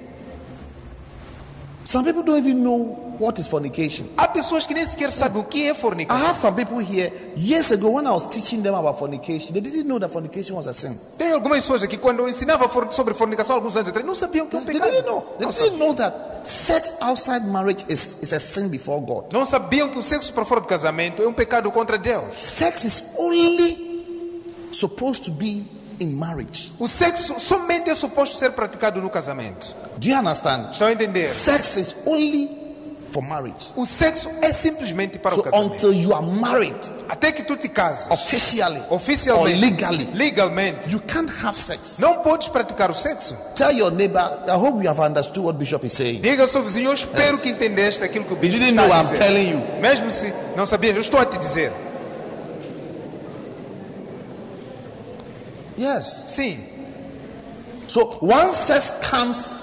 Speaker 3: Some people don't even know what is fornication.
Speaker 2: Há pessoas que nem sequer sabem o que é
Speaker 3: I
Speaker 2: fornicação.
Speaker 3: have some people here years ago when I was teaching them about fornication, they didn't know that fornication was a sin.
Speaker 2: Tem algumas pessoas aqui, quando eu ensinava for- sobre fornicação alguns anos atrás, não sabiam o que é um
Speaker 3: They
Speaker 2: pecado.
Speaker 3: didn't know. They
Speaker 2: Não
Speaker 3: didn't know that sex outside marriage is, is a sin before God.
Speaker 2: Não sabiam que o sexo para fora do casamento é um pecado contra Deus.
Speaker 3: Sex is only supposed to be in marriage.
Speaker 2: O sexo somente é suposto ser praticado no casamento.
Speaker 3: Do you understand?
Speaker 2: Estão a entender?
Speaker 3: Sex is only for marriage.
Speaker 2: O sexo é simplesmente para o
Speaker 3: So
Speaker 2: casamento.
Speaker 3: until you are married
Speaker 2: Até que tu te cases
Speaker 3: officially
Speaker 2: Oh.
Speaker 3: or
Speaker 2: oficialmente,
Speaker 3: legally,
Speaker 2: legalmente,
Speaker 3: you can't have sex.
Speaker 2: não podes praticar o sexo.
Speaker 3: Tell your neighbor, I hope you have understood what Bishop is saying.
Speaker 2: Diga ao seu vizinho, eu espero
Speaker 3: Yes.
Speaker 2: que entendeste aquilo que o bispo
Speaker 3: didn't
Speaker 2: está
Speaker 3: know,
Speaker 2: a
Speaker 3: I'm
Speaker 2: dizer.
Speaker 3: telling you.
Speaker 2: Mesmo se não sabias, eu estou a te dizer.
Speaker 3: Yes.
Speaker 2: Sim.
Speaker 3: So once sex comes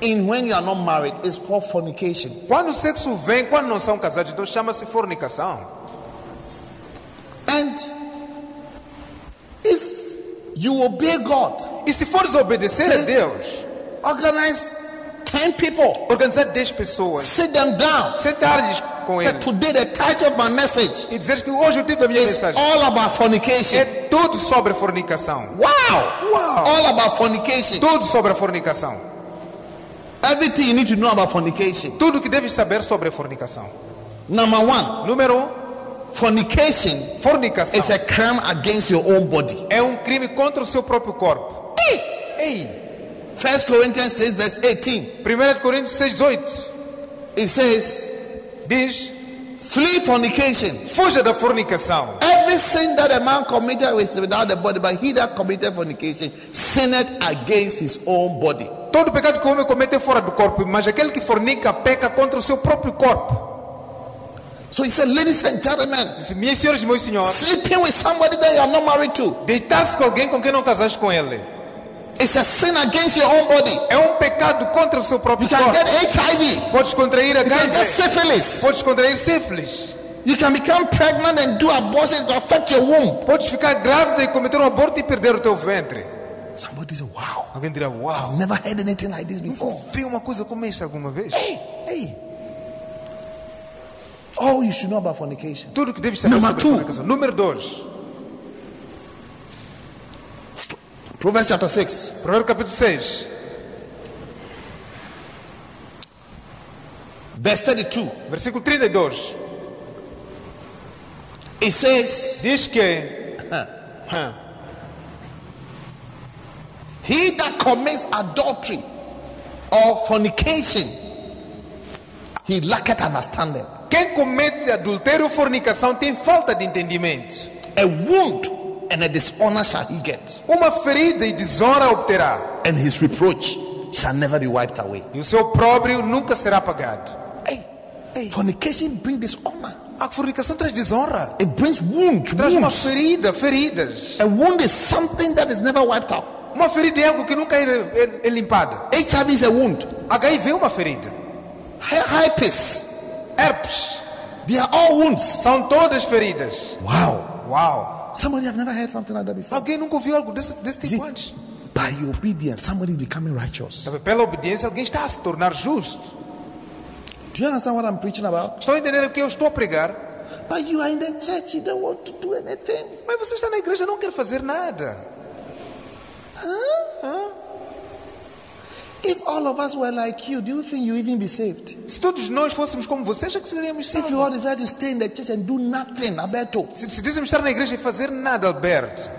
Speaker 3: in when you are not married, it's called fornication.
Speaker 2: Quando o sexo vem, quando não são casados, então chama-se fornicação.
Speaker 3: And if you obey God,
Speaker 2: E se fores obedecer a Deus,
Speaker 3: organize 10 people,
Speaker 2: organizar 10 pessoas,
Speaker 3: sit them down.
Speaker 2: sentar-lhes com
Speaker 3: Say,
Speaker 2: eles
Speaker 3: today the title of my message
Speaker 2: e dizer que hoje o título da minha
Speaker 3: is
Speaker 2: mensagem
Speaker 3: all about
Speaker 2: é
Speaker 3: fornication.
Speaker 2: tudo sobre fornicação.
Speaker 3: Wow!
Speaker 2: Wow.
Speaker 3: All about fornication.
Speaker 2: Tudo sobre a fornicação.
Speaker 3: Everything you need to know about fornication.
Speaker 2: Tudo o que deves saber sobre a fornicação.
Speaker 3: Number one,
Speaker 2: Número 1,
Speaker 3: fornication
Speaker 2: um,
Speaker 3: is
Speaker 2: fornicação
Speaker 3: a crime against your own body.
Speaker 2: é um crime contra o seu próprio corpo. Ei!
Speaker 3: 1 Corinthians 6, verse 18.
Speaker 2: 1 Coríntios 6, 8.
Speaker 3: It says,
Speaker 2: Diz:
Speaker 3: Flee fornication.
Speaker 2: Fuja da fornicação.
Speaker 3: Every sin that a man committed is without the body, but he that committed fornication sinned against his own body.
Speaker 2: Todo pecado que o homem comete é fora do corpo, mas aquele que fornica peca contra o seu próprio corpo.
Speaker 3: So he said, Ladies and gentlemen,
Speaker 2: Disse, Minhas senhoras e meus senhores,
Speaker 3: sleeping with somebody that you are not married to
Speaker 2: deitar-se com alguém com quem não casaste com ele
Speaker 3: is a sin against your own body.
Speaker 2: é um pecado contra o seu
Speaker 3: You
Speaker 2: próprio
Speaker 3: can
Speaker 2: corpo.
Speaker 3: get HIV.
Speaker 2: Podes contrair
Speaker 3: You can get
Speaker 2: HIV,
Speaker 3: syphilis.
Speaker 2: podes contrair sífilis,
Speaker 3: You can become pregnant and do abortions to affect your womb.
Speaker 2: podes ficar grávida e cometer um aborto e perder o teu ventre.
Speaker 3: Somebody said, Wow.
Speaker 2: Alguém dirá, uau,
Speaker 3: I've never heard anything like this before.
Speaker 2: vi uma coisa como esta alguma vez?
Speaker 3: Hey, hey. All you should know about fornication.
Speaker 2: Tudo o que deves saber
Speaker 3: Number
Speaker 2: sobre a
Speaker 3: two.
Speaker 2: fornicação. Número 2,
Speaker 3: Proverbs chapter 6.
Speaker 2: primeiro capítulo 6,
Speaker 3: Verse 32.
Speaker 2: versículo 32,
Speaker 3: It says,
Speaker 2: diz que
Speaker 3: He that commits adultery or fornication, he lacketh understanding.
Speaker 2: quem comete adultério ou fornicação tem falta de entendimento.
Speaker 3: A wound and a dishonor shall he get,
Speaker 2: Uma ferida e desonra obterá,
Speaker 3: and his reproach shall never be wiped away.
Speaker 2: e o seu próprio nunca será pagado.
Speaker 3: Hey, hey. Fornication brings dishonor.
Speaker 2: A fornicação traz desonra,
Speaker 3: It brings wound,
Speaker 2: traz uma
Speaker 3: wounds.
Speaker 2: ferida, feridas.
Speaker 3: A wound is something that is never wiped out.
Speaker 2: Uma ferida é algo que nunca é, é- é limpada.
Speaker 3: HIV is a wound.
Speaker 2: HIV é uma ferida.
Speaker 3: Hi- Herpes,
Speaker 2: Herpes
Speaker 3: they are all wounds.
Speaker 2: são todas feridas.
Speaker 3: Wow.
Speaker 2: Uau!
Speaker 3: Somebody have never heard something like that before.
Speaker 2: Alguém nunca ouviu algo desse, desse
Speaker 3: Sim.
Speaker 2: tipo antes?
Speaker 3: By your obedience, somebody is becoming righteous.
Speaker 2: Sabe, pela obediência, alguém está a se tornar justo.
Speaker 3: Do you understand what I'm preaching about?
Speaker 2: Estão a entender o que eu estou a pregar?
Speaker 3: But you are in the church, you don't want to do anything.
Speaker 2: Mas você está na igreja não quer fazer nada.
Speaker 3: If all of us were like you, do you think you even be saved?
Speaker 2: Se todos nós fôssemos como vocês, é que seríamos
Speaker 3: If you all
Speaker 2: salvos.
Speaker 3: decide to stay in the church and do nothing, Alberto,
Speaker 2: Se decidíssemos estar na igreja e fazer nada, Alberto.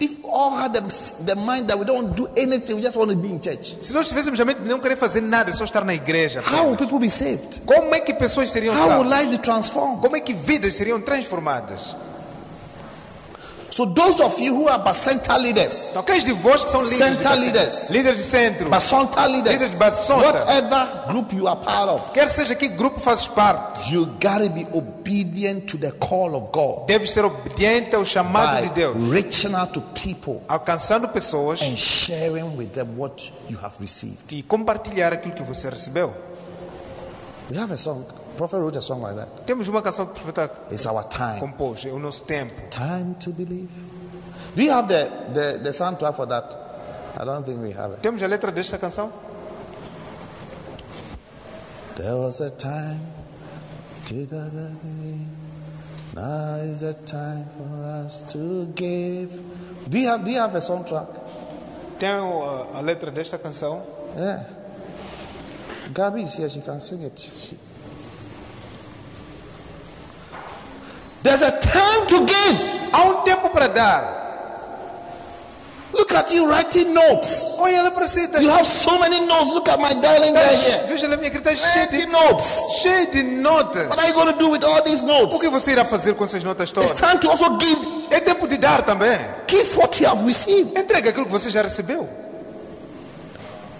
Speaker 3: if all had the, the mind that we don't do anything, we just want to be in church,
Speaker 2: Se nós tivéssemos a mente de não querer fazer nada, só estar na igreja.
Speaker 3: how will
Speaker 2: apenas,
Speaker 3: people be saved?
Speaker 2: Como é que pessoas seriam
Speaker 3: How will
Speaker 2: salvas? é
Speaker 3: lives be transformed?
Speaker 2: Como é que vidas seriam transformadas?
Speaker 3: So those of you who are basenta leaders,
Speaker 2: Então, aqueles de vós que são líderes,
Speaker 3: Center
Speaker 2: de-
Speaker 3: leaders.
Speaker 2: líderes de centro,
Speaker 3: basenta leaders,
Speaker 2: Leaders, basanta.
Speaker 3: whatever group you are part of,
Speaker 2: quer seja que grupo fazes parte,
Speaker 3: you gotta be obedient to the call of God
Speaker 2: deves ser obediente ao chamado
Speaker 3: by
Speaker 2: de Deus,
Speaker 3: reaching out to people
Speaker 2: alcançando pessoas
Speaker 3: and sharing with them what you have received.
Speaker 2: e compartilhar aquilo que você recebeu.
Speaker 3: We have a song. Prophet wrote a song like that.
Speaker 2: Temos uma canção que o profeta
Speaker 3: It's our time.
Speaker 2: compôs, é o nosso tempo.
Speaker 3: Time to believe. Do you have the, the, the soundtrack for that? I don't think we have it.
Speaker 2: Temos a letra desta canção?
Speaker 3: There was a time. Now is the time for us to give. Do you have do you have a soundtrack?
Speaker 2: Tem uh, a letra desta canção?
Speaker 3: Yeah. Eh? Gabi is here, she can sing it. She- There's a time to give.
Speaker 2: Há um tempo para dar.
Speaker 3: Look at you writing notes.
Speaker 2: Olha ela para si.
Speaker 3: You have so many notes. Look at my darling girl here.
Speaker 2: Veja a minha querida, cheia de,
Speaker 3: Writing notes.
Speaker 2: cheia de notas.
Speaker 3: What are you going to do with all these
Speaker 2: O
Speaker 3: notes?
Speaker 2: que você irá fazer com essas notas
Speaker 3: It's
Speaker 2: todas?
Speaker 3: time to also give.
Speaker 2: É tempo de dar também.
Speaker 3: Give what you have received.
Speaker 2: Entrega aquilo que você já recebeu.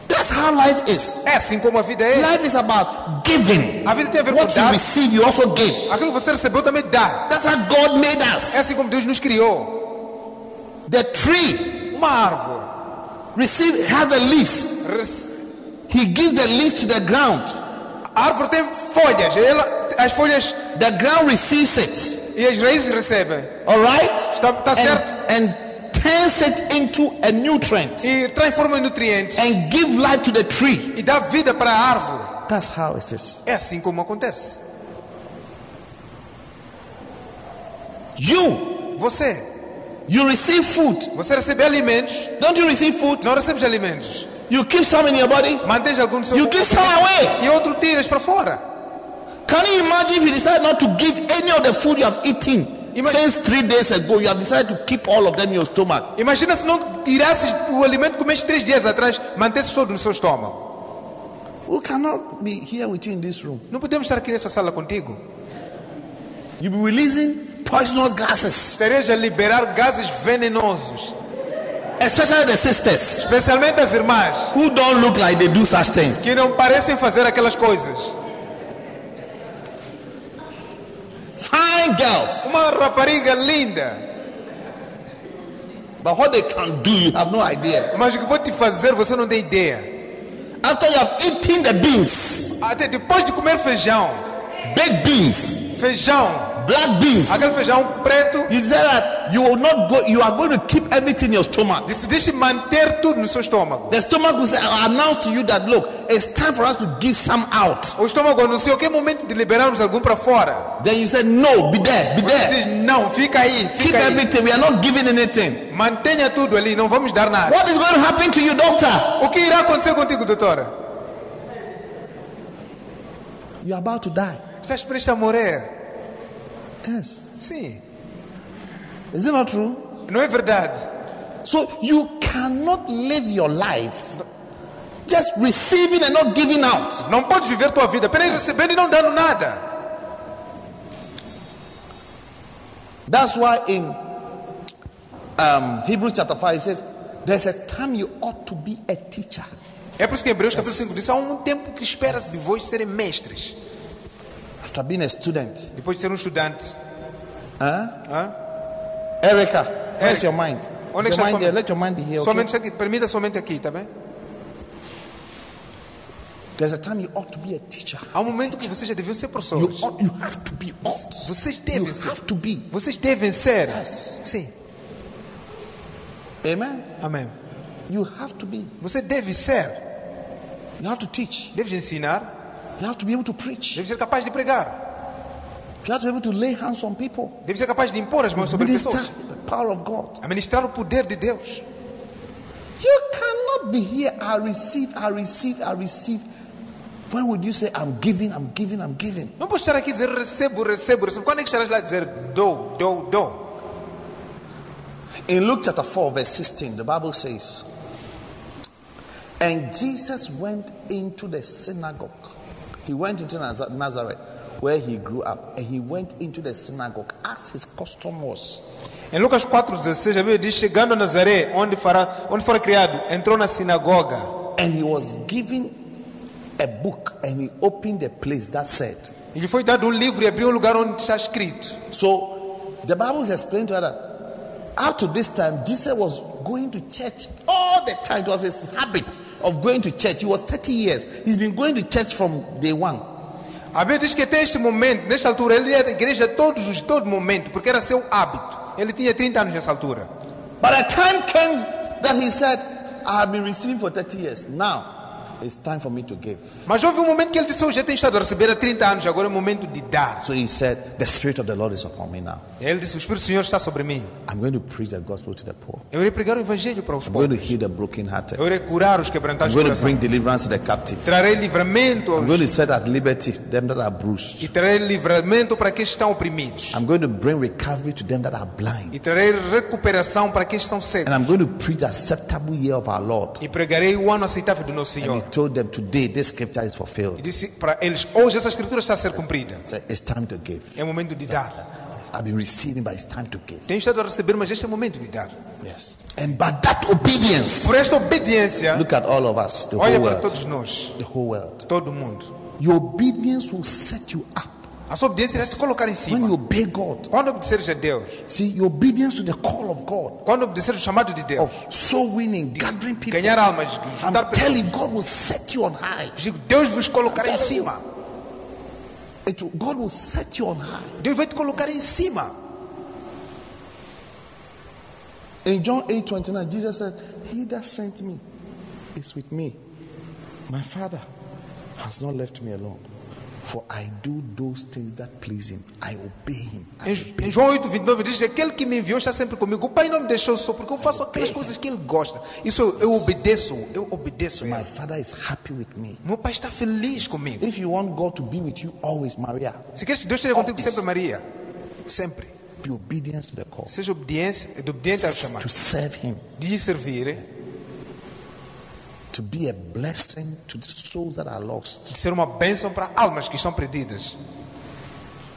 Speaker 3: That's how life is.
Speaker 2: É assim como a vida é.
Speaker 3: Life is about giving.
Speaker 2: A vida tem a ver com
Speaker 3: What you
Speaker 2: dar.
Speaker 3: receive, you also give.
Speaker 2: Aquilo que você recebeu também dá.
Speaker 3: That's how God made
Speaker 2: É
Speaker 3: us.
Speaker 2: assim como Deus nos criou.
Speaker 3: The tree
Speaker 2: Uma árvore
Speaker 3: receive has the leaves.
Speaker 2: rece-
Speaker 3: He gives the leaves to the ground.
Speaker 2: A árvore tem folhas, ela, as folhas
Speaker 3: The ground receives it.
Speaker 2: e as raízes recebem
Speaker 3: All right?
Speaker 2: Está- está Tá, certo.
Speaker 3: And, and turns it into a nutrient
Speaker 2: e transformam em nutrientes
Speaker 3: and give life to the tree.
Speaker 2: e dá vida para a árvore.
Speaker 3: That's how it is.
Speaker 2: É assim como acontece.
Speaker 3: You,
Speaker 2: Você,
Speaker 3: you receive food.
Speaker 2: você recebe alimentos,
Speaker 3: Don't you receive food?
Speaker 2: não recebes alimentos.
Speaker 3: You keep some in your body.
Speaker 2: Mantens algum do seu
Speaker 3: You give some away.
Speaker 2: e outro tiras para fora.
Speaker 3: Can you imagine if you decide not to give any of the food you have eaten
Speaker 2: Ima-
Speaker 3: since three days ago? You have decided to keep all of them in your stomach.
Speaker 2: Imagina se não tirasses o alimento que comeste três dias atrás, mantesses todo no seu estômago.
Speaker 3: We cannot be here with you in this room.
Speaker 2: Não podemos estar aqui nessa sala contigo.
Speaker 3: You'll be releasing poisonous gases,
Speaker 2: Estarias a liberar gases venenosos,
Speaker 3: especially the sisters
Speaker 2: especialmente as irmãs,
Speaker 3: who don't look like they do such things.
Speaker 2: que não parecem fazer aquelas coisas.
Speaker 3: Fine girls,
Speaker 2: Uma rapariga linda,
Speaker 3: but what they can do, you have no idea.
Speaker 2: mas o que pode te fazer você não tem ideia.
Speaker 3: After you have eaten the beans,
Speaker 2: Até depois de comer feijão,
Speaker 3: baked beans,
Speaker 2: feijão,
Speaker 3: black beans,
Speaker 2: aquele feijão preto,
Speaker 3: you said that you will not go. You are going to keep everything in your stomach.
Speaker 2: decidiste manter tudo no seu estômago.
Speaker 3: The stomach will say, I'll announce to you that look, it's time for us to give some out.
Speaker 2: O estômago anunciou que é momento de liberarmos algum para fora.
Speaker 3: Then you say, No, be there,
Speaker 4: É.
Speaker 3: be
Speaker 2: Você
Speaker 3: there.
Speaker 2: diz, não, fica aí,
Speaker 3: Keep
Speaker 2: fica aí.
Speaker 3: everything. We are not giving anything.
Speaker 2: Mantenha tudo ali, não vamos dar nada.
Speaker 3: What is going to happen to you, doctor?
Speaker 2: O que irá acontecer contigo, doutora?
Speaker 3: You're about to die.
Speaker 2: Estás prestes a morrer.
Speaker 3: Yes.
Speaker 2: Sim,
Speaker 3: Is it not true?
Speaker 2: não é verdade?
Speaker 3: So you cannot live your life just receiving and not giving out.
Speaker 2: Não podes viver tua vida apenas recebendo e não dando nada.
Speaker 3: That's why in um, Hebrews chapter 5 it says, There's a time you ought to be a teacher.
Speaker 2: É por isso que Hebreus capítulo 5 diz: há um tempo que espera-se de vós serem mestres.
Speaker 3: After being a student.
Speaker 2: Depois de ser um estudante.
Speaker 3: Huh?
Speaker 2: Hã?
Speaker 3: Erica, where's
Speaker 2: Eric.
Speaker 3: your mind? Is your
Speaker 2: está
Speaker 3: mind
Speaker 2: sua
Speaker 3: there?
Speaker 2: mente?
Speaker 3: Let your mind be here.
Speaker 2: Sua
Speaker 3: Okay?
Speaker 2: mente aqui. Permita sua mente aqui, tá bem?
Speaker 3: There's a time you ought to be a teacher.
Speaker 2: Há um momento que vocês já deviam ser
Speaker 3: You
Speaker 2: professores.
Speaker 3: ought, you have to be ought.
Speaker 2: Vocês
Speaker 3: You
Speaker 2: devem ser.
Speaker 3: have to be.
Speaker 2: Vocês devem ser.
Speaker 3: Yes.
Speaker 2: Sim.
Speaker 3: Amen.
Speaker 2: Amém.
Speaker 3: You have to be.
Speaker 2: Você deve ser.
Speaker 3: You have to teach.
Speaker 2: Deve ensinar.
Speaker 3: You have to be able to preach.
Speaker 2: Deve ser capaz de pregar.
Speaker 3: You have to be able to lay hands on people.
Speaker 2: Deve ser capaz de impor as mãos sobre
Speaker 3: Minister
Speaker 2: pessoas.
Speaker 3: the power of God.
Speaker 2: Administrar o poder de Deus.
Speaker 3: You cannot be here. I receive, I receive, I receive. When would you say, I'm giving, I'm giving, I'm giving?
Speaker 2: Não podes estar aqui e dizer recebo, recebo, recebo. Quando é que estarás lá a dizer dou, dou, dou?
Speaker 3: In Luke chapter 4, verse 16, the Bible says, And Jesus went into the synagogue. He went into Naz- Nazareth, where he grew up, and he went into the synagogue as his custom was.
Speaker 2: Em Lucas 4,16, a Bíblia diz: Chegando a Nazaré, onde, fará, onde fora criado, entrou na sinagoga
Speaker 3: And he was given a book and he opened a place that said,
Speaker 2: e lhe foi dado um livro e abriu o lugar onde está escrito.
Speaker 3: So the Bible is explaining to us that up to this time, Jesus was going to church all the time. It was his habit of going to church. He was 30 years. He's been going to church from day one.
Speaker 2: A Bíblia diz que até este momento, nesta altura, ele ia à igreja todos os, todo momento, porque era seu hábito. Ele tinha 30 anos nessa altura.
Speaker 3: But a time came that he said, I have been receiving for 30 years. Now it's time for me to give.
Speaker 2: Mas houve um momento que ele disse: Eu já tenho estado a receber há 30 anos, agora é o momento de dar.
Speaker 3: So he said, The Spirit of the Lord is upon me now.
Speaker 2: Ele disse: O Espírito do Senhor está sobre mim.
Speaker 3: I'm going to preach the gospel to the poor.
Speaker 2: Eu irei pregar o Evangelho para os
Speaker 3: I'm going to
Speaker 2: pobres.
Speaker 3: heal the brokenhearted.
Speaker 2: Eu irei curar os
Speaker 3: I'm
Speaker 2: quebrantados de
Speaker 3: going to
Speaker 2: coração.
Speaker 3: bring deliverance to the captive.
Speaker 2: Trarei livramento
Speaker 3: I'm
Speaker 2: aos,
Speaker 3: going to set at liberty them that are bruised.
Speaker 2: e trarei livramento para que estão oprimidos.
Speaker 3: I'm going to bring recovery to them that are blind.
Speaker 2: E trarei recuperação para que estão
Speaker 3: And
Speaker 2: cegos.
Speaker 3: I'm going to preach the acceptable year of our Lord.
Speaker 2: E pregarei o ano aceitável do nosso
Speaker 3: And he
Speaker 2: Senhor.
Speaker 3: told them today this scripture is
Speaker 2: E
Speaker 3: fulfilled.
Speaker 2: disse para eles: Hoje essa escritura está a ser cumprida.
Speaker 3: He said, It's time to give.
Speaker 2: É o momento de dar.
Speaker 3: I've been receiving, but it's time to give.
Speaker 2: Tenho estado a receber, mas este é o momento de dar.
Speaker 3: Yes. And by that obedience,
Speaker 2: Por esta obediência,
Speaker 3: look at all of us, the
Speaker 2: olha
Speaker 3: whole
Speaker 2: para
Speaker 3: world.
Speaker 2: todos nós,
Speaker 3: The whole world.
Speaker 2: todo mundo.
Speaker 3: Your obedience will set you up.
Speaker 2: A sua obediência irá te colocar em
Speaker 3: When you
Speaker 2: cima.
Speaker 3: obey God,
Speaker 2: Quando obedeceres a Deus,
Speaker 3: see, your obedience to the call of God,
Speaker 2: quando obedeceres o chamado de Deus,
Speaker 3: of soul winning, gathering people,
Speaker 2: ganhar almas, juntar
Speaker 3: I'm
Speaker 2: pessoas,
Speaker 3: telling you, God will set you on high.
Speaker 2: digo, Deus vos colocará em
Speaker 3: I'm telling you.
Speaker 2: cima.
Speaker 3: It will- God will set you on high.
Speaker 2: Deus vai te colocar em cima.
Speaker 3: In John 8 29, Jesus said, He that sent me is with me. My Father has not left me alone. For I do those things that please him. I obey him. I
Speaker 2: Em
Speaker 3: obey
Speaker 2: em João 8, 29 diz: Aquele que me enviou está sempre comigo. O Pai não me deixou só porque eu faço aquelas coisas que Ele gosta. Isso eu, eu obedeço. Eu obedeço. a
Speaker 3: My
Speaker 2: Ele.
Speaker 3: Father is happy with me.
Speaker 2: Meu Pai está feliz comigo.
Speaker 3: If you want God to be with you always, Maria,
Speaker 2: Se queres que Deus esteja contigo
Speaker 3: Always.
Speaker 2: sempre, Maria. Sempre.
Speaker 3: be obedient to the call.
Speaker 2: Seja obediente, obediente ao chamado.
Speaker 3: To serve him,
Speaker 2: De lhe servir,
Speaker 3: to be a blessing to the souls that are lost.
Speaker 2: de ser uma bênção para almas que estão perdidas.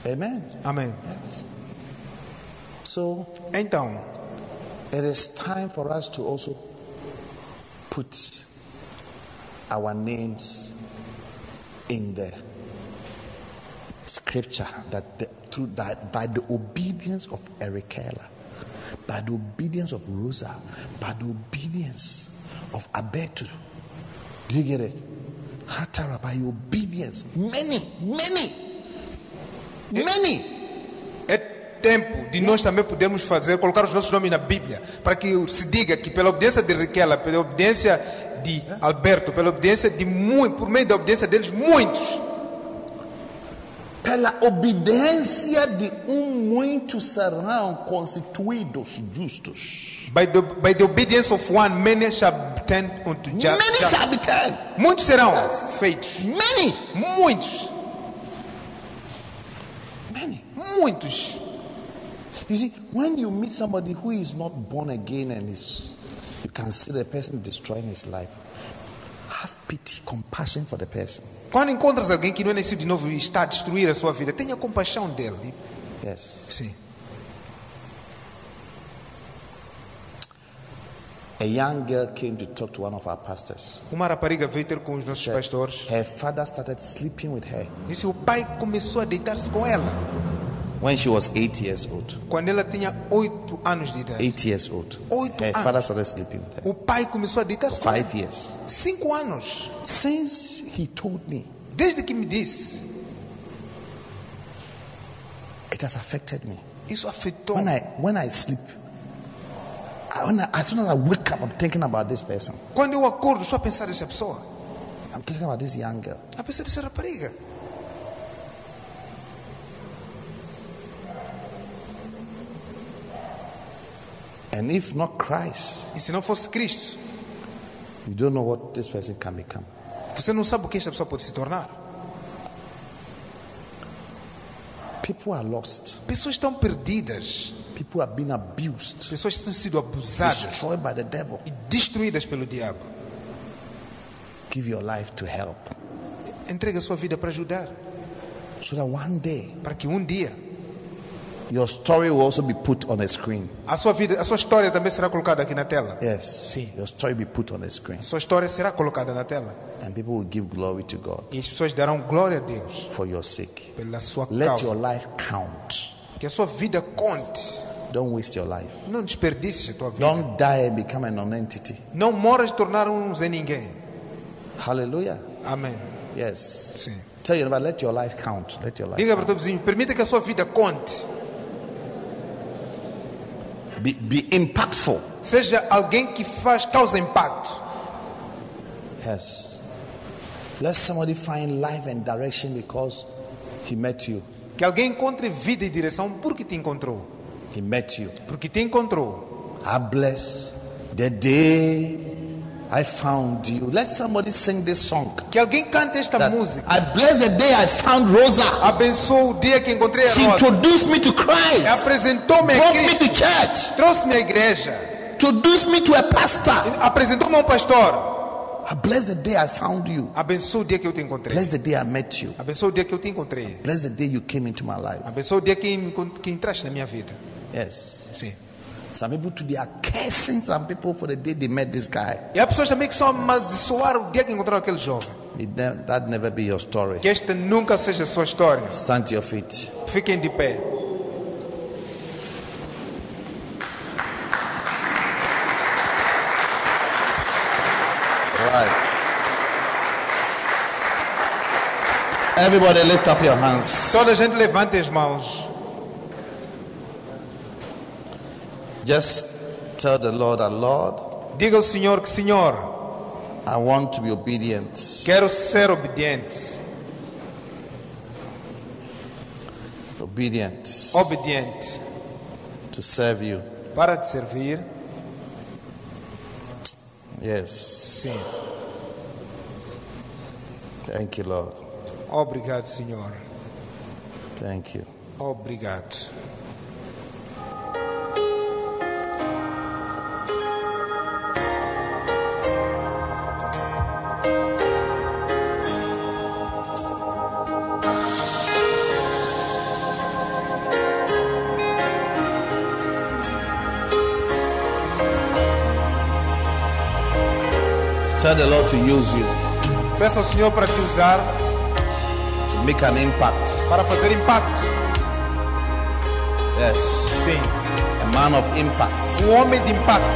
Speaker 3: Amen.
Speaker 2: Amém.
Speaker 3: Yes. So
Speaker 2: Então,
Speaker 3: It is time for us to also put our names in the scripture that the, through that by the obedience of Eric Keller, by the obedience of Rosa, by the obedience of Abetu. Do you get it? Hatara, by your obedience, many, many, many.
Speaker 2: é tempo de nós também podermos fazer, colocar os nossos nomes na Bíblia, para que se diga que pela obediência de Riquela, pela obediência de Alberto, pela obediência de muitos, por meio da obediência deles, muitos
Speaker 3: Pela obediência de um muito serão constituídos justos.
Speaker 2: by the, by the obedience of one, many shall tend unto just,
Speaker 3: Many shall be turned.
Speaker 2: Muitos serão
Speaker 3: Yes.
Speaker 2: feitos.
Speaker 3: Many.
Speaker 2: Muitos,
Speaker 3: Many.
Speaker 2: muitos.
Speaker 3: You see, when you meet somebody who is not born again and is, you can see the person destroying his life. Have pity, compassion for the person.
Speaker 2: Quando encontras alguém que não é nascido de novo e está a destruir a sua vida, tenha compaixão dele.
Speaker 3: Yes.
Speaker 2: Sim.
Speaker 3: A young girl came to talk to one of our pastors.
Speaker 2: Uma rapariga veio ter com os nossos
Speaker 3: Said
Speaker 2: pastores.
Speaker 3: Her father started sleeping with her
Speaker 2: Disse o pai começou a deitar-se com ela
Speaker 3: when she was eight years old.
Speaker 2: quando ela tinha 8 anos de idade.
Speaker 3: Eight years old.
Speaker 2: Oito
Speaker 3: her
Speaker 2: anos.
Speaker 3: father started sleeping with her.
Speaker 2: O pai começou a deitar-se com ela.
Speaker 3: Five years.
Speaker 2: 5 anos.
Speaker 3: Since he told me,
Speaker 2: Desde que me disse,
Speaker 3: it has affected me.
Speaker 2: isso afetou.
Speaker 3: When I when I sleep, I, when I, as soon as I wake up, I'm thinking about this person.
Speaker 2: Quando eu acordo, estou a pensar nessa pessoa.
Speaker 3: I'm thinking about this young girl.
Speaker 2: A pensar nessa rapariga.
Speaker 3: And if not Christ,
Speaker 2: E se não fosse Cristo,
Speaker 3: you don't know what this person can become.
Speaker 2: você não sabe o que esta pessoa pode se tornar.
Speaker 3: People are lost.
Speaker 2: Pessoas estão perdidas.
Speaker 3: People are being abused,
Speaker 2: Pessoas têm sido abusadas
Speaker 3: destroyed by the devil.
Speaker 2: e destruídas pelo diabo.
Speaker 3: Give your life to help,
Speaker 2: Entrega a sua vida para ajudar,
Speaker 3: so that one day
Speaker 2: para que um dia
Speaker 4: Your story will also be put on a screen.
Speaker 2: A sua vida, a sua história também será colocada aqui na tela.
Speaker 4: Yes.
Speaker 2: Sim.
Speaker 4: Your story will be put on a screen.
Speaker 2: A sua história será colocada na tela.
Speaker 4: And people will give glory to God
Speaker 2: E as pessoas darão glória a Deus
Speaker 4: for your sake.
Speaker 2: pela sua
Speaker 4: Let
Speaker 2: causa.
Speaker 4: your life count.
Speaker 2: Que a sua vida conte.
Speaker 4: Don't waste your life.
Speaker 2: Não desperdices a tua vida.
Speaker 4: Don't die and become a nonentity.
Speaker 2: Não moras de tornar um Zé ninguém.
Speaker 4: Hallelujah.
Speaker 2: Amém.
Speaker 4: Yes.
Speaker 2: Sim.
Speaker 4: Tell your neighbor, let your life count. Let your life
Speaker 2: Diga para o
Speaker 4: count.
Speaker 2: teu vizinho, permita que a sua vida conte.
Speaker 4: Be, be impactful.
Speaker 2: Seja alguém que faz causa impacto.
Speaker 4: Yes. Let somebody find life and direction because he met you.
Speaker 2: Que alguém encontre vida e direção porque te encontrou.
Speaker 4: He met you.
Speaker 2: Porque te encontrou.
Speaker 4: I bless the day I found you. Let somebody sing this song.
Speaker 2: Que alguém cante esta
Speaker 4: That
Speaker 2: música.
Speaker 4: I bless the day I found Rosa.
Speaker 2: Abençoa o dia que encontrei a
Speaker 4: She
Speaker 2: Rosa.
Speaker 4: introduced me to Christ.
Speaker 2: Apresentou-me a
Speaker 4: Brought me
Speaker 2: Cristo.
Speaker 4: to church.
Speaker 2: Trouxe-me à igreja.
Speaker 4: Introduced me to a pastor.
Speaker 2: Apresentou-me a um pastor.
Speaker 4: I bless the day I found you.
Speaker 2: Abençoa o dia que eu te encontrei.
Speaker 4: Bless the day I met you.
Speaker 2: Abençoa o dia que eu te encontrei.
Speaker 4: Bless the day you came into my life.
Speaker 2: Abençoa o dia que, me encont- que entraste na minha vida.
Speaker 4: Yes.
Speaker 2: Sim.
Speaker 4: Some people today are cursing some people for the day they met this guy.
Speaker 2: E há pessoas também que são amaldiçoaram o dia que encontraram aquele jovem.
Speaker 4: It ne- that never be your story.
Speaker 2: Que esta nunca seja a sua história.
Speaker 4: Stand to your feet.
Speaker 2: Fiquem de pé.
Speaker 4: All right. Everybody lift up your hands.
Speaker 2: Toda a gente levante as mãos.
Speaker 4: Just tell the Lord, "Our Lord,
Speaker 2: Diga ao Senhor que, Senhor,
Speaker 4: I want to be obedient.
Speaker 2: quero ser obediente.
Speaker 4: Obedient
Speaker 2: Obediente.
Speaker 4: to serve you.
Speaker 2: Para te servir.
Speaker 4: Yes.
Speaker 2: Sim.
Speaker 4: Thank you, Lord.
Speaker 2: Obrigado, Senhor.
Speaker 4: Thank you.
Speaker 2: Obrigado.
Speaker 4: Tell the Lord to use you
Speaker 2: Peço ao Senhor para te usar,
Speaker 4: to make an impact.
Speaker 2: para fazer impacto.
Speaker 4: Yes.
Speaker 2: Sim.
Speaker 4: A man of impact.
Speaker 2: Um homem de impacto.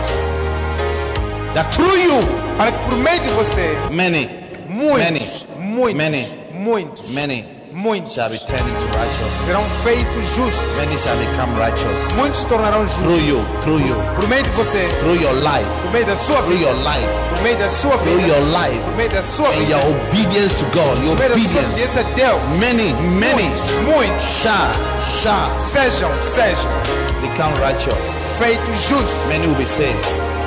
Speaker 4: That through you,
Speaker 2: Para que por meio de você,
Speaker 4: Many,
Speaker 2: muitos, muitos,
Speaker 4: many,
Speaker 2: muitos,
Speaker 4: many
Speaker 2: muitos
Speaker 4: shall be turned into righteous.
Speaker 2: serão feitos justos.
Speaker 4: Many shall become righteous.
Speaker 2: Muitos se tornarão
Speaker 4: Through
Speaker 2: justos.
Speaker 4: you, through you,
Speaker 2: Por meio de você,
Speaker 4: through your life,
Speaker 2: por meio da sua
Speaker 4: through
Speaker 2: vida,
Speaker 4: your life,
Speaker 2: por meio da sua
Speaker 4: through
Speaker 2: vida,
Speaker 4: your
Speaker 2: por
Speaker 4: life,
Speaker 2: meio da sua
Speaker 4: and
Speaker 2: vida,
Speaker 4: your obedience to God, your
Speaker 2: por meio da sua
Speaker 4: obedience.
Speaker 2: obediência a Deus.
Speaker 4: Many, many
Speaker 2: Muitos, muitos
Speaker 4: shall, shall
Speaker 2: sejam, sejam
Speaker 4: become righteous.
Speaker 2: feitos justos.
Speaker 4: Many will be saved.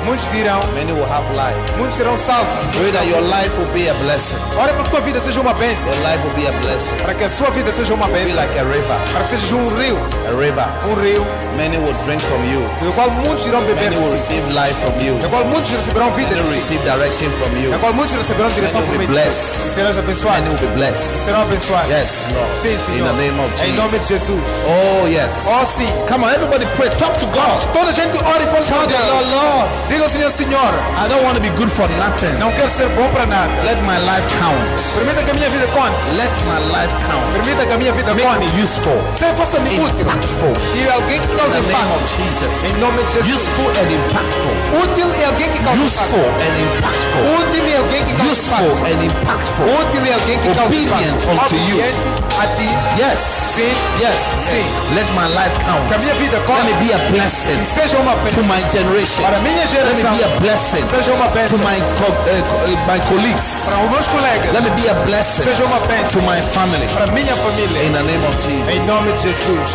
Speaker 2: Muitos dirão,
Speaker 4: Many will have life.
Speaker 2: muitos serão salvos.
Speaker 4: Pray that your life will be a blessing.
Speaker 2: Ora para que a sua vida seja uma bênção,
Speaker 4: Your life will be a blessing.
Speaker 2: para que a sua vida seja uma
Speaker 4: Be
Speaker 2: bênção,
Speaker 4: like a river,
Speaker 2: para que seja um rio,
Speaker 4: a river.
Speaker 2: um rio,
Speaker 4: Many will drink from you.
Speaker 2: do qual muitos irão beber,
Speaker 4: Many will
Speaker 2: do
Speaker 4: receive life from you.
Speaker 2: qual muitos receberão vida
Speaker 4: Many
Speaker 2: de si,
Speaker 4: will receive direction from you.
Speaker 2: do qual muitos receberão direção
Speaker 4: Many
Speaker 2: por
Speaker 4: will be
Speaker 2: meio de si, e
Speaker 4: blessed.
Speaker 2: serão
Speaker 4: Many will
Speaker 2: abençoados,
Speaker 4: be blessed.
Speaker 2: serão abençoados.
Speaker 4: Yes,
Speaker 2: Sim,
Speaker 4: Lord. In
Speaker 2: Senhor,
Speaker 4: the name of
Speaker 2: em nome de
Speaker 4: Jesus.
Speaker 2: Jesus.
Speaker 4: Oh, yes.
Speaker 2: Oh, sim.
Speaker 4: Come on, everybody pray. Talk to God.
Speaker 2: Toda gente ore e
Speaker 4: Tell
Speaker 2: fala Deus.
Speaker 4: the Lord, Lord,
Speaker 2: Diga ao Senhor, Senhor,
Speaker 4: I don't want to be good for nothing.
Speaker 2: não quero ser bom para nada.
Speaker 4: Let my life count.
Speaker 2: Permita que a minha vida conte.
Speaker 4: Let my life count.
Speaker 2: Permita que a minha vida
Speaker 4: Make me
Speaker 2: conte.
Speaker 4: useful.
Speaker 2: Você faça-me útil.
Speaker 4: Impactful.
Speaker 2: E alguém que
Speaker 4: In
Speaker 2: cause
Speaker 4: the name of
Speaker 2: impacto. Em
Speaker 4: Jesus.
Speaker 2: nome de Jesus.
Speaker 4: Useful and impactful.
Speaker 2: Útil é alguém que causa impacto.
Speaker 4: Useful and impactful.
Speaker 2: Útil é alguém que causa
Speaker 4: Useful
Speaker 2: impacto.
Speaker 4: and impactful.
Speaker 2: Útil é alguém que causa
Speaker 4: Obedient
Speaker 2: impacto.
Speaker 4: unto you.
Speaker 2: Obediente a ti.
Speaker 4: Yes.
Speaker 2: Sim.
Speaker 4: Yes.
Speaker 2: Sim.
Speaker 4: Let my life count.
Speaker 2: Que a minha vida
Speaker 4: Let me
Speaker 2: conte.
Speaker 4: be a blessing
Speaker 2: Que seja uma
Speaker 4: to
Speaker 2: bênção.
Speaker 4: my generation.
Speaker 2: Para a minha
Speaker 4: Let me
Speaker 2: geração.
Speaker 4: be a blessing
Speaker 2: Seja uma
Speaker 4: to
Speaker 2: bênção.
Speaker 4: my co- uh, co- uh, my colleagues.
Speaker 2: Para os meus
Speaker 4: Let
Speaker 2: colegas.
Speaker 4: me be a blessing
Speaker 2: Seja uma
Speaker 4: to
Speaker 2: bênção.
Speaker 4: my family.
Speaker 2: Para a minha
Speaker 4: In
Speaker 2: família.
Speaker 4: the name of Jesus.
Speaker 2: Em nome de Jesus.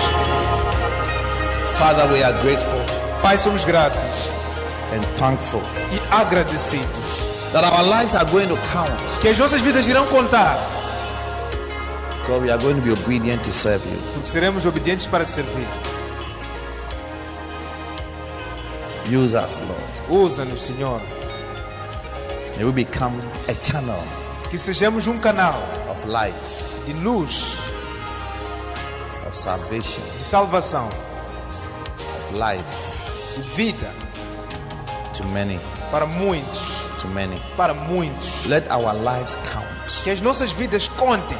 Speaker 4: Father, we are grateful
Speaker 2: Pai, somos gratos
Speaker 4: and thankful
Speaker 2: e agradecidos.
Speaker 4: that our lives are going to count.
Speaker 2: Que as nossas vidas irão contar.
Speaker 4: God, we are going to be obedient to serve you.
Speaker 2: Porque seremos obedientes para te servir.
Speaker 4: Use us, Lord.
Speaker 2: Usa-nos, Senhor.
Speaker 4: May we become a channel
Speaker 2: Que sejamos um canal
Speaker 4: of light,
Speaker 2: de luz,
Speaker 4: of
Speaker 3: of salvation,
Speaker 2: de salvação,
Speaker 3: of life
Speaker 2: de vida
Speaker 3: to many,
Speaker 2: para muitos,
Speaker 3: to many.
Speaker 2: para muitos.
Speaker 3: Let our lives count.
Speaker 2: Que as nossas vidas contem.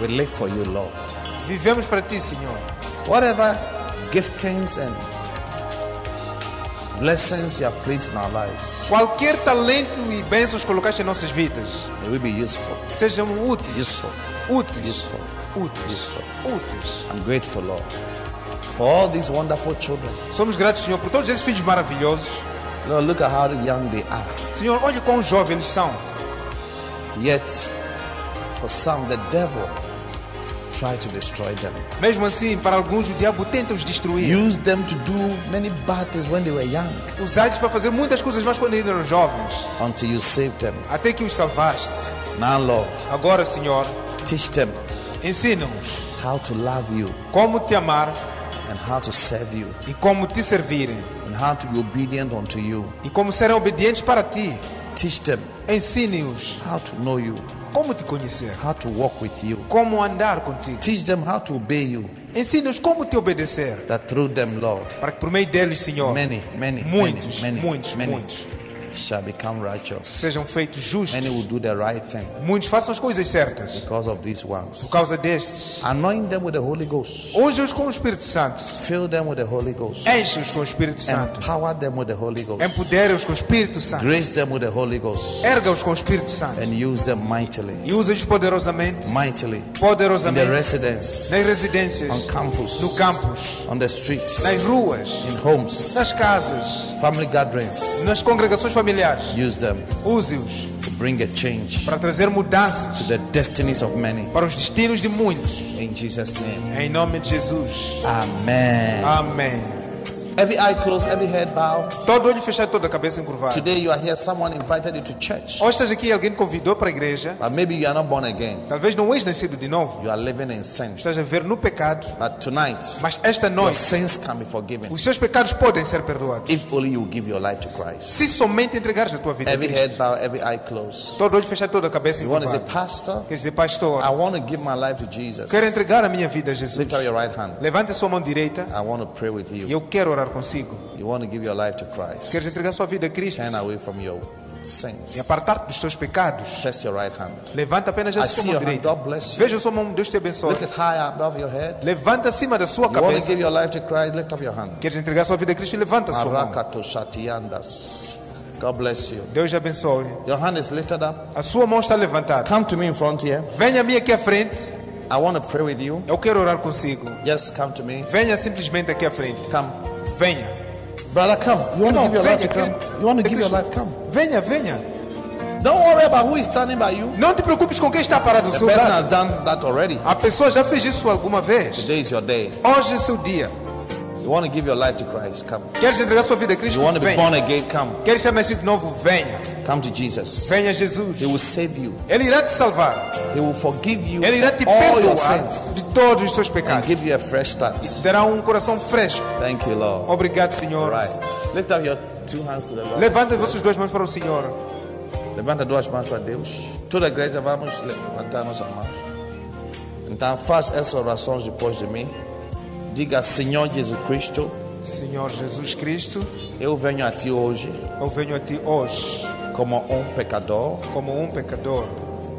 Speaker 3: We live for you, Lord.
Speaker 2: Vivemos para ti, Senhor.
Speaker 3: Whatever giftings and blessings you have placed in our lives,
Speaker 2: Qualquer talento e bênçãos colocaste em nossas vidas,
Speaker 3: may we be useful,
Speaker 2: que sejam úteis,
Speaker 3: useful,
Speaker 2: úteis,
Speaker 3: useful,
Speaker 2: úteis,
Speaker 3: useful.
Speaker 2: úteis.
Speaker 3: I'm grateful, Lord, for all these wonderful children.
Speaker 2: Somos gratos, Senhor, por todos esses filhos maravilhosos.
Speaker 3: Lord, look at how young they are.
Speaker 2: Senhor, olha quão jovens eles são.
Speaker 3: Yet, for some, the devil tried to destroy them.
Speaker 2: Mesmo assim, para alguns, o diabo tenta os destruir.
Speaker 3: Used them to do many bad things when they were young
Speaker 2: Usados para fazer muitas coisas mais quando ainda eram jovens,
Speaker 3: until you saved them.
Speaker 2: até que os salvaste.
Speaker 3: Now, Lord,
Speaker 2: Agora, Senhor,
Speaker 3: teach them
Speaker 2: ensina-nos
Speaker 3: how to love you
Speaker 2: como te amar
Speaker 3: and how to serve you
Speaker 2: e como te servirem
Speaker 3: and how to be obedient unto you.
Speaker 2: e como serem obedientes para ti.
Speaker 3: Teach them
Speaker 2: Ensine-os
Speaker 3: how to know you,
Speaker 2: como te conhecer,
Speaker 3: how to walk with you.
Speaker 2: como andar contigo.
Speaker 3: Teach them how to obey you,
Speaker 2: Ensina-os como te obedecer,
Speaker 3: that through them, Lord,
Speaker 2: para que por meio deles, Senhor,
Speaker 3: many, many,
Speaker 2: muitos,
Speaker 3: many, many,
Speaker 2: muitos,
Speaker 3: many
Speaker 2: muitos
Speaker 3: shall become righteous.
Speaker 2: sejam feitos justos.
Speaker 3: Many will do the right thing
Speaker 2: Muitos façam as coisas certas
Speaker 3: because of these ones.
Speaker 2: por causa destes.
Speaker 3: Anoint them with the Holy Ghost.
Speaker 2: Hoje-os com o Espírito Santo,
Speaker 3: Fill them with the Holy Ghost.
Speaker 2: enche-os com o Espírito Santo,
Speaker 3: Empower them with the Holy Ghost.
Speaker 2: empodera-os com o Espírito Santo,
Speaker 3: Grace them with the Holy Ghost.
Speaker 2: erga-os com o Espírito Santo
Speaker 3: And use them mightily.
Speaker 2: e usa-os poderosamente,
Speaker 3: Mightily. In the
Speaker 2: poderosamente,
Speaker 3: residence.
Speaker 2: nas residências,
Speaker 3: On campus.
Speaker 2: no campus,
Speaker 3: On the streets.
Speaker 2: nas ruas,
Speaker 3: In homes.
Speaker 2: nas casas,
Speaker 3: Family gatherings.
Speaker 2: nas congregações familiares.
Speaker 3: Use them
Speaker 2: Use-os
Speaker 3: to bring a change
Speaker 2: para trazer mudanças
Speaker 3: to the destinies of many.
Speaker 2: para os destinos de muitos.
Speaker 3: In Jesus' name.
Speaker 2: Em nome de Jesus.
Speaker 3: Amen.
Speaker 2: Amém.
Speaker 3: Every eye closed, every head bowed.
Speaker 2: Todo olho fechado, toda a cabeça encurvada.
Speaker 3: Today you are here. Someone invited you to church.
Speaker 2: Hoje estás aqui, alguém te convidou para a igreja.
Speaker 3: But maybe you are not born again.
Speaker 2: Talvez não és nascido de novo.
Speaker 3: You are living in sin.
Speaker 2: Estás a ver no pecado.
Speaker 3: But tonight,
Speaker 2: Mas esta
Speaker 3: your
Speaker 2: noite,
Speaker 3: sins can be forgiven
Speaker 2: os seus pecados podem ser perdoados.
Speaker 3: if only you give your life to Christ.
Speaker 2: Se somente entregares a tua vida. a
Speaker 3: Every
Speaker 2: Cristo.
Speaker 3: head bow, every eye closed.
Speaker 2: Todo olho fechado, toda a cabeça
Speaker 3: You want to say,
Speaker 2: encurvada.
Speaker 3: Pastor,
Speaker 2: Quer dizer, pastor,
Speaker 3: I want to give my life to Jesus.
Speaker 2: quero entregar a minha vida a Jesus.
Speaker 3: Lift up your right hand.
Speaker 2: Levante a sua mão direita.
Speaker 3: I want to pray with
Speaker 2: E
Speaker 3: you.
Speaker 2: eu quero orar consigo.
Speaker 3: You want to give your life to Christ.
Speaker 2: Queres entregar a sua vida a Cristo
Speaker 3: Turn away from your
Speaker 2: e
Speaker 3: sins.
Speaker 2: apartar-te dos teus pecados.
Speaker 3: Test your right hand.
Speaker 2: Levanta apenas
Speaker 3: I
Speaker 2: a
Speaker 3: see
Speaker 2: sua
Speaker 3: your
Speaker 2: mão
Speaker 3: hand.
Speaker 2: direita.
Speaker 3: God bless you.
Speaker 2: Veja a sua mão. Deus te abençoe.
Speaker 3: Lift it high above your head.
Speaker 2: Levanta acima da sua
Speaker 3: You want to
Speaker 2: cabeça.
Speaker 3: give your life to Christ? Lift up your hand.
Speaker 2: Queres entregar sua vida a Cristo? Levanta sua mão.
Speaker 3: Arakato shatiandas. God bless you.
Speaker 2: Deus te abençoe.
Speaker 3: Your hand is lifted up.
Speaker 2: A sua mão está levantada.
Speaker 3: Come to me in front here.
Speaker 2: Venha a mim aqui à frente.
Speaker 3: I want to pray with you.
Speaker 2: Eu quero orar consigo.
Speaker 3: Just come to me.
Speaker 2: Venha simplesmente aqui à frente.
Speaker 3: Come.
Speaker 2: Venha.
Speaker 3: Brother, come. You want to
Speaker 2: Não,
Speaker 3: give your
Speaker 2: venha.
Speaker 3: life to come?
Speaker 2: Cristo-
Speaker 3: You want to
Speaker 2: é
Speaker 3: give your
Speaker 2: Cristo.
Speaker 3: life? Come.
Speaker 2: Venha, venha.
Speaker 3: Don't worry about who is standing by you.
Speaker 2: Não te preocupes com quem está parado do
Speaker 3: The
Speaker 2: seu
Speaker 3: person
Speaker 2: lado.
Speaker 3: has done that already.
Speaker 2: A pessoa já fez isso alguma vez.
Speaker 3: Today is your day.
Speaker 2: Hoje é seu dia.
Speaker 3: You want to give your life to Christ? Come.
Speaker 2: Queres entregar sua vida a Cristo?
Speaker 3: You want to be born
Speaker 2: Venha.
Speaker 3: again? Come.
Speaker 2: Queres ser nascido de novo? Venha.
Speaker 3: Come to Jesus.
Speaker 2: Venha, Jesus.
Speaker 3: He will save you.
Speaker 2: Ele irá te salvar.
Speaker 3: He will forgive you
Speaker 2: Ele irá te
Speaker 3: for all your
Speaker 2: perdoar
Speaker 3: sins
Speaker 2: de todos os seus
Speaker 3: and
Speaker 2: pecados.
Speaker 3: give you a fresh start.
Speaker 2: Terá um coração fresco.
Speaker 3: Thank you, Lord.
Speaker 2: Obrigado,
Speaker 3: All
Speaker 2: Senhor.
Speaker 3: right. Lift up your two hands to the Lord.
Speaker 2: Levantem vossas duas mãos para o Senhor.
Speaker 3: Levanta duas mãos para Deus. Toda a igreja, vamos levantar nossas mãos. Então, faz essa oração depois de mim. Diga, Senhor Jesus Cristo,
Speaker 2: Senhor Jesus Cristo,
Speaker 3: eu venho a Ti hoje
Speaker 2: eu venho a ti hoje
Speaker 3: como um pecador.
Speaker 2: como um pecador.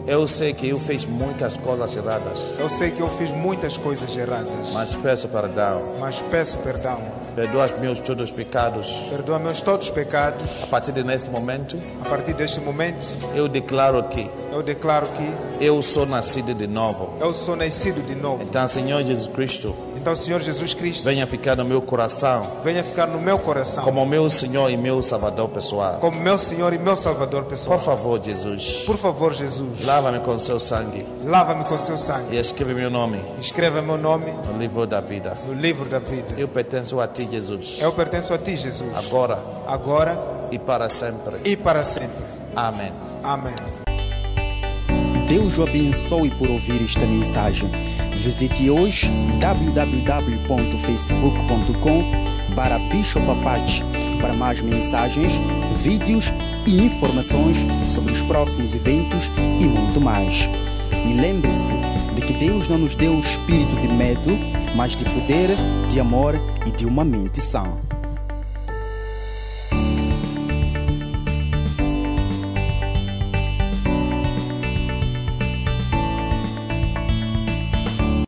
Speaker 3: Eu sei que eu fiz muitas coisas erradas,
Speaker 2: Eu sei que eu fiz muitas coisas erradas,
Speaker 3: mas peço perdão.
Speaker 2: mas peço perdão.
Speaker 3: Perdoa os meus todos os pecados.
Speaker 2: Perdoa meus todos os pecados.
Speaker 3: A partir de neste momento,
Speaker 2: A partir deste momento,
Speaker 3: eu declaro que
Speaker 2: eu declaro que
Speaker 3: eu sou nascido de novo.
Speaker 2: eu sou nascido de novo.
Speaker 3: Então, Senhor Jesus Cristo,
Speaker 2: Então, Senhor Jesus Cristo,
Speaker 3: venha ficar no meu coração
Speaker 2: venha ficar no meu coração
Speaker 3: como meu Senhor e meu Salvador pessoal.
Speaker 2: como meu Senhor e meu Salvador
Speaker 3: Por
Speaker 2: pessoal.
Speaker 3: favor, Jesus.
Speaker 2: Por favor, Jesus,
Speaker 3: Lava-me com seu sangue
Speaker 2: lava-me com seu sangue.
Speaker 3: e escreve meu nome
Speaker 2: Escreva meu nome
Speaker 3: no livro da vida.
Speaker 2: no livro da vida.
Speaker 3: Eu pertenço a ti, Jesus,
Speaker 2: Eu pertenço a ti, Jesus,
Speaker 3: agora
Speaker 2: agora
Speaker 3: e para sempre.
Speaker 2: e para sempre.
Speaker 3: Amém.
Speaker 2: Amém.
Speaker 1: Deus o abençoe por ouvir esta mensagem. Visite hoje www.facebook.com para Bishop Apache para mais mensagens, vídeos e informações sobre os próximos eventos e muito mais. E lembre-se de que Deus não nos deu o espírito de medo, mas de poder, de amor e de uma mente sã.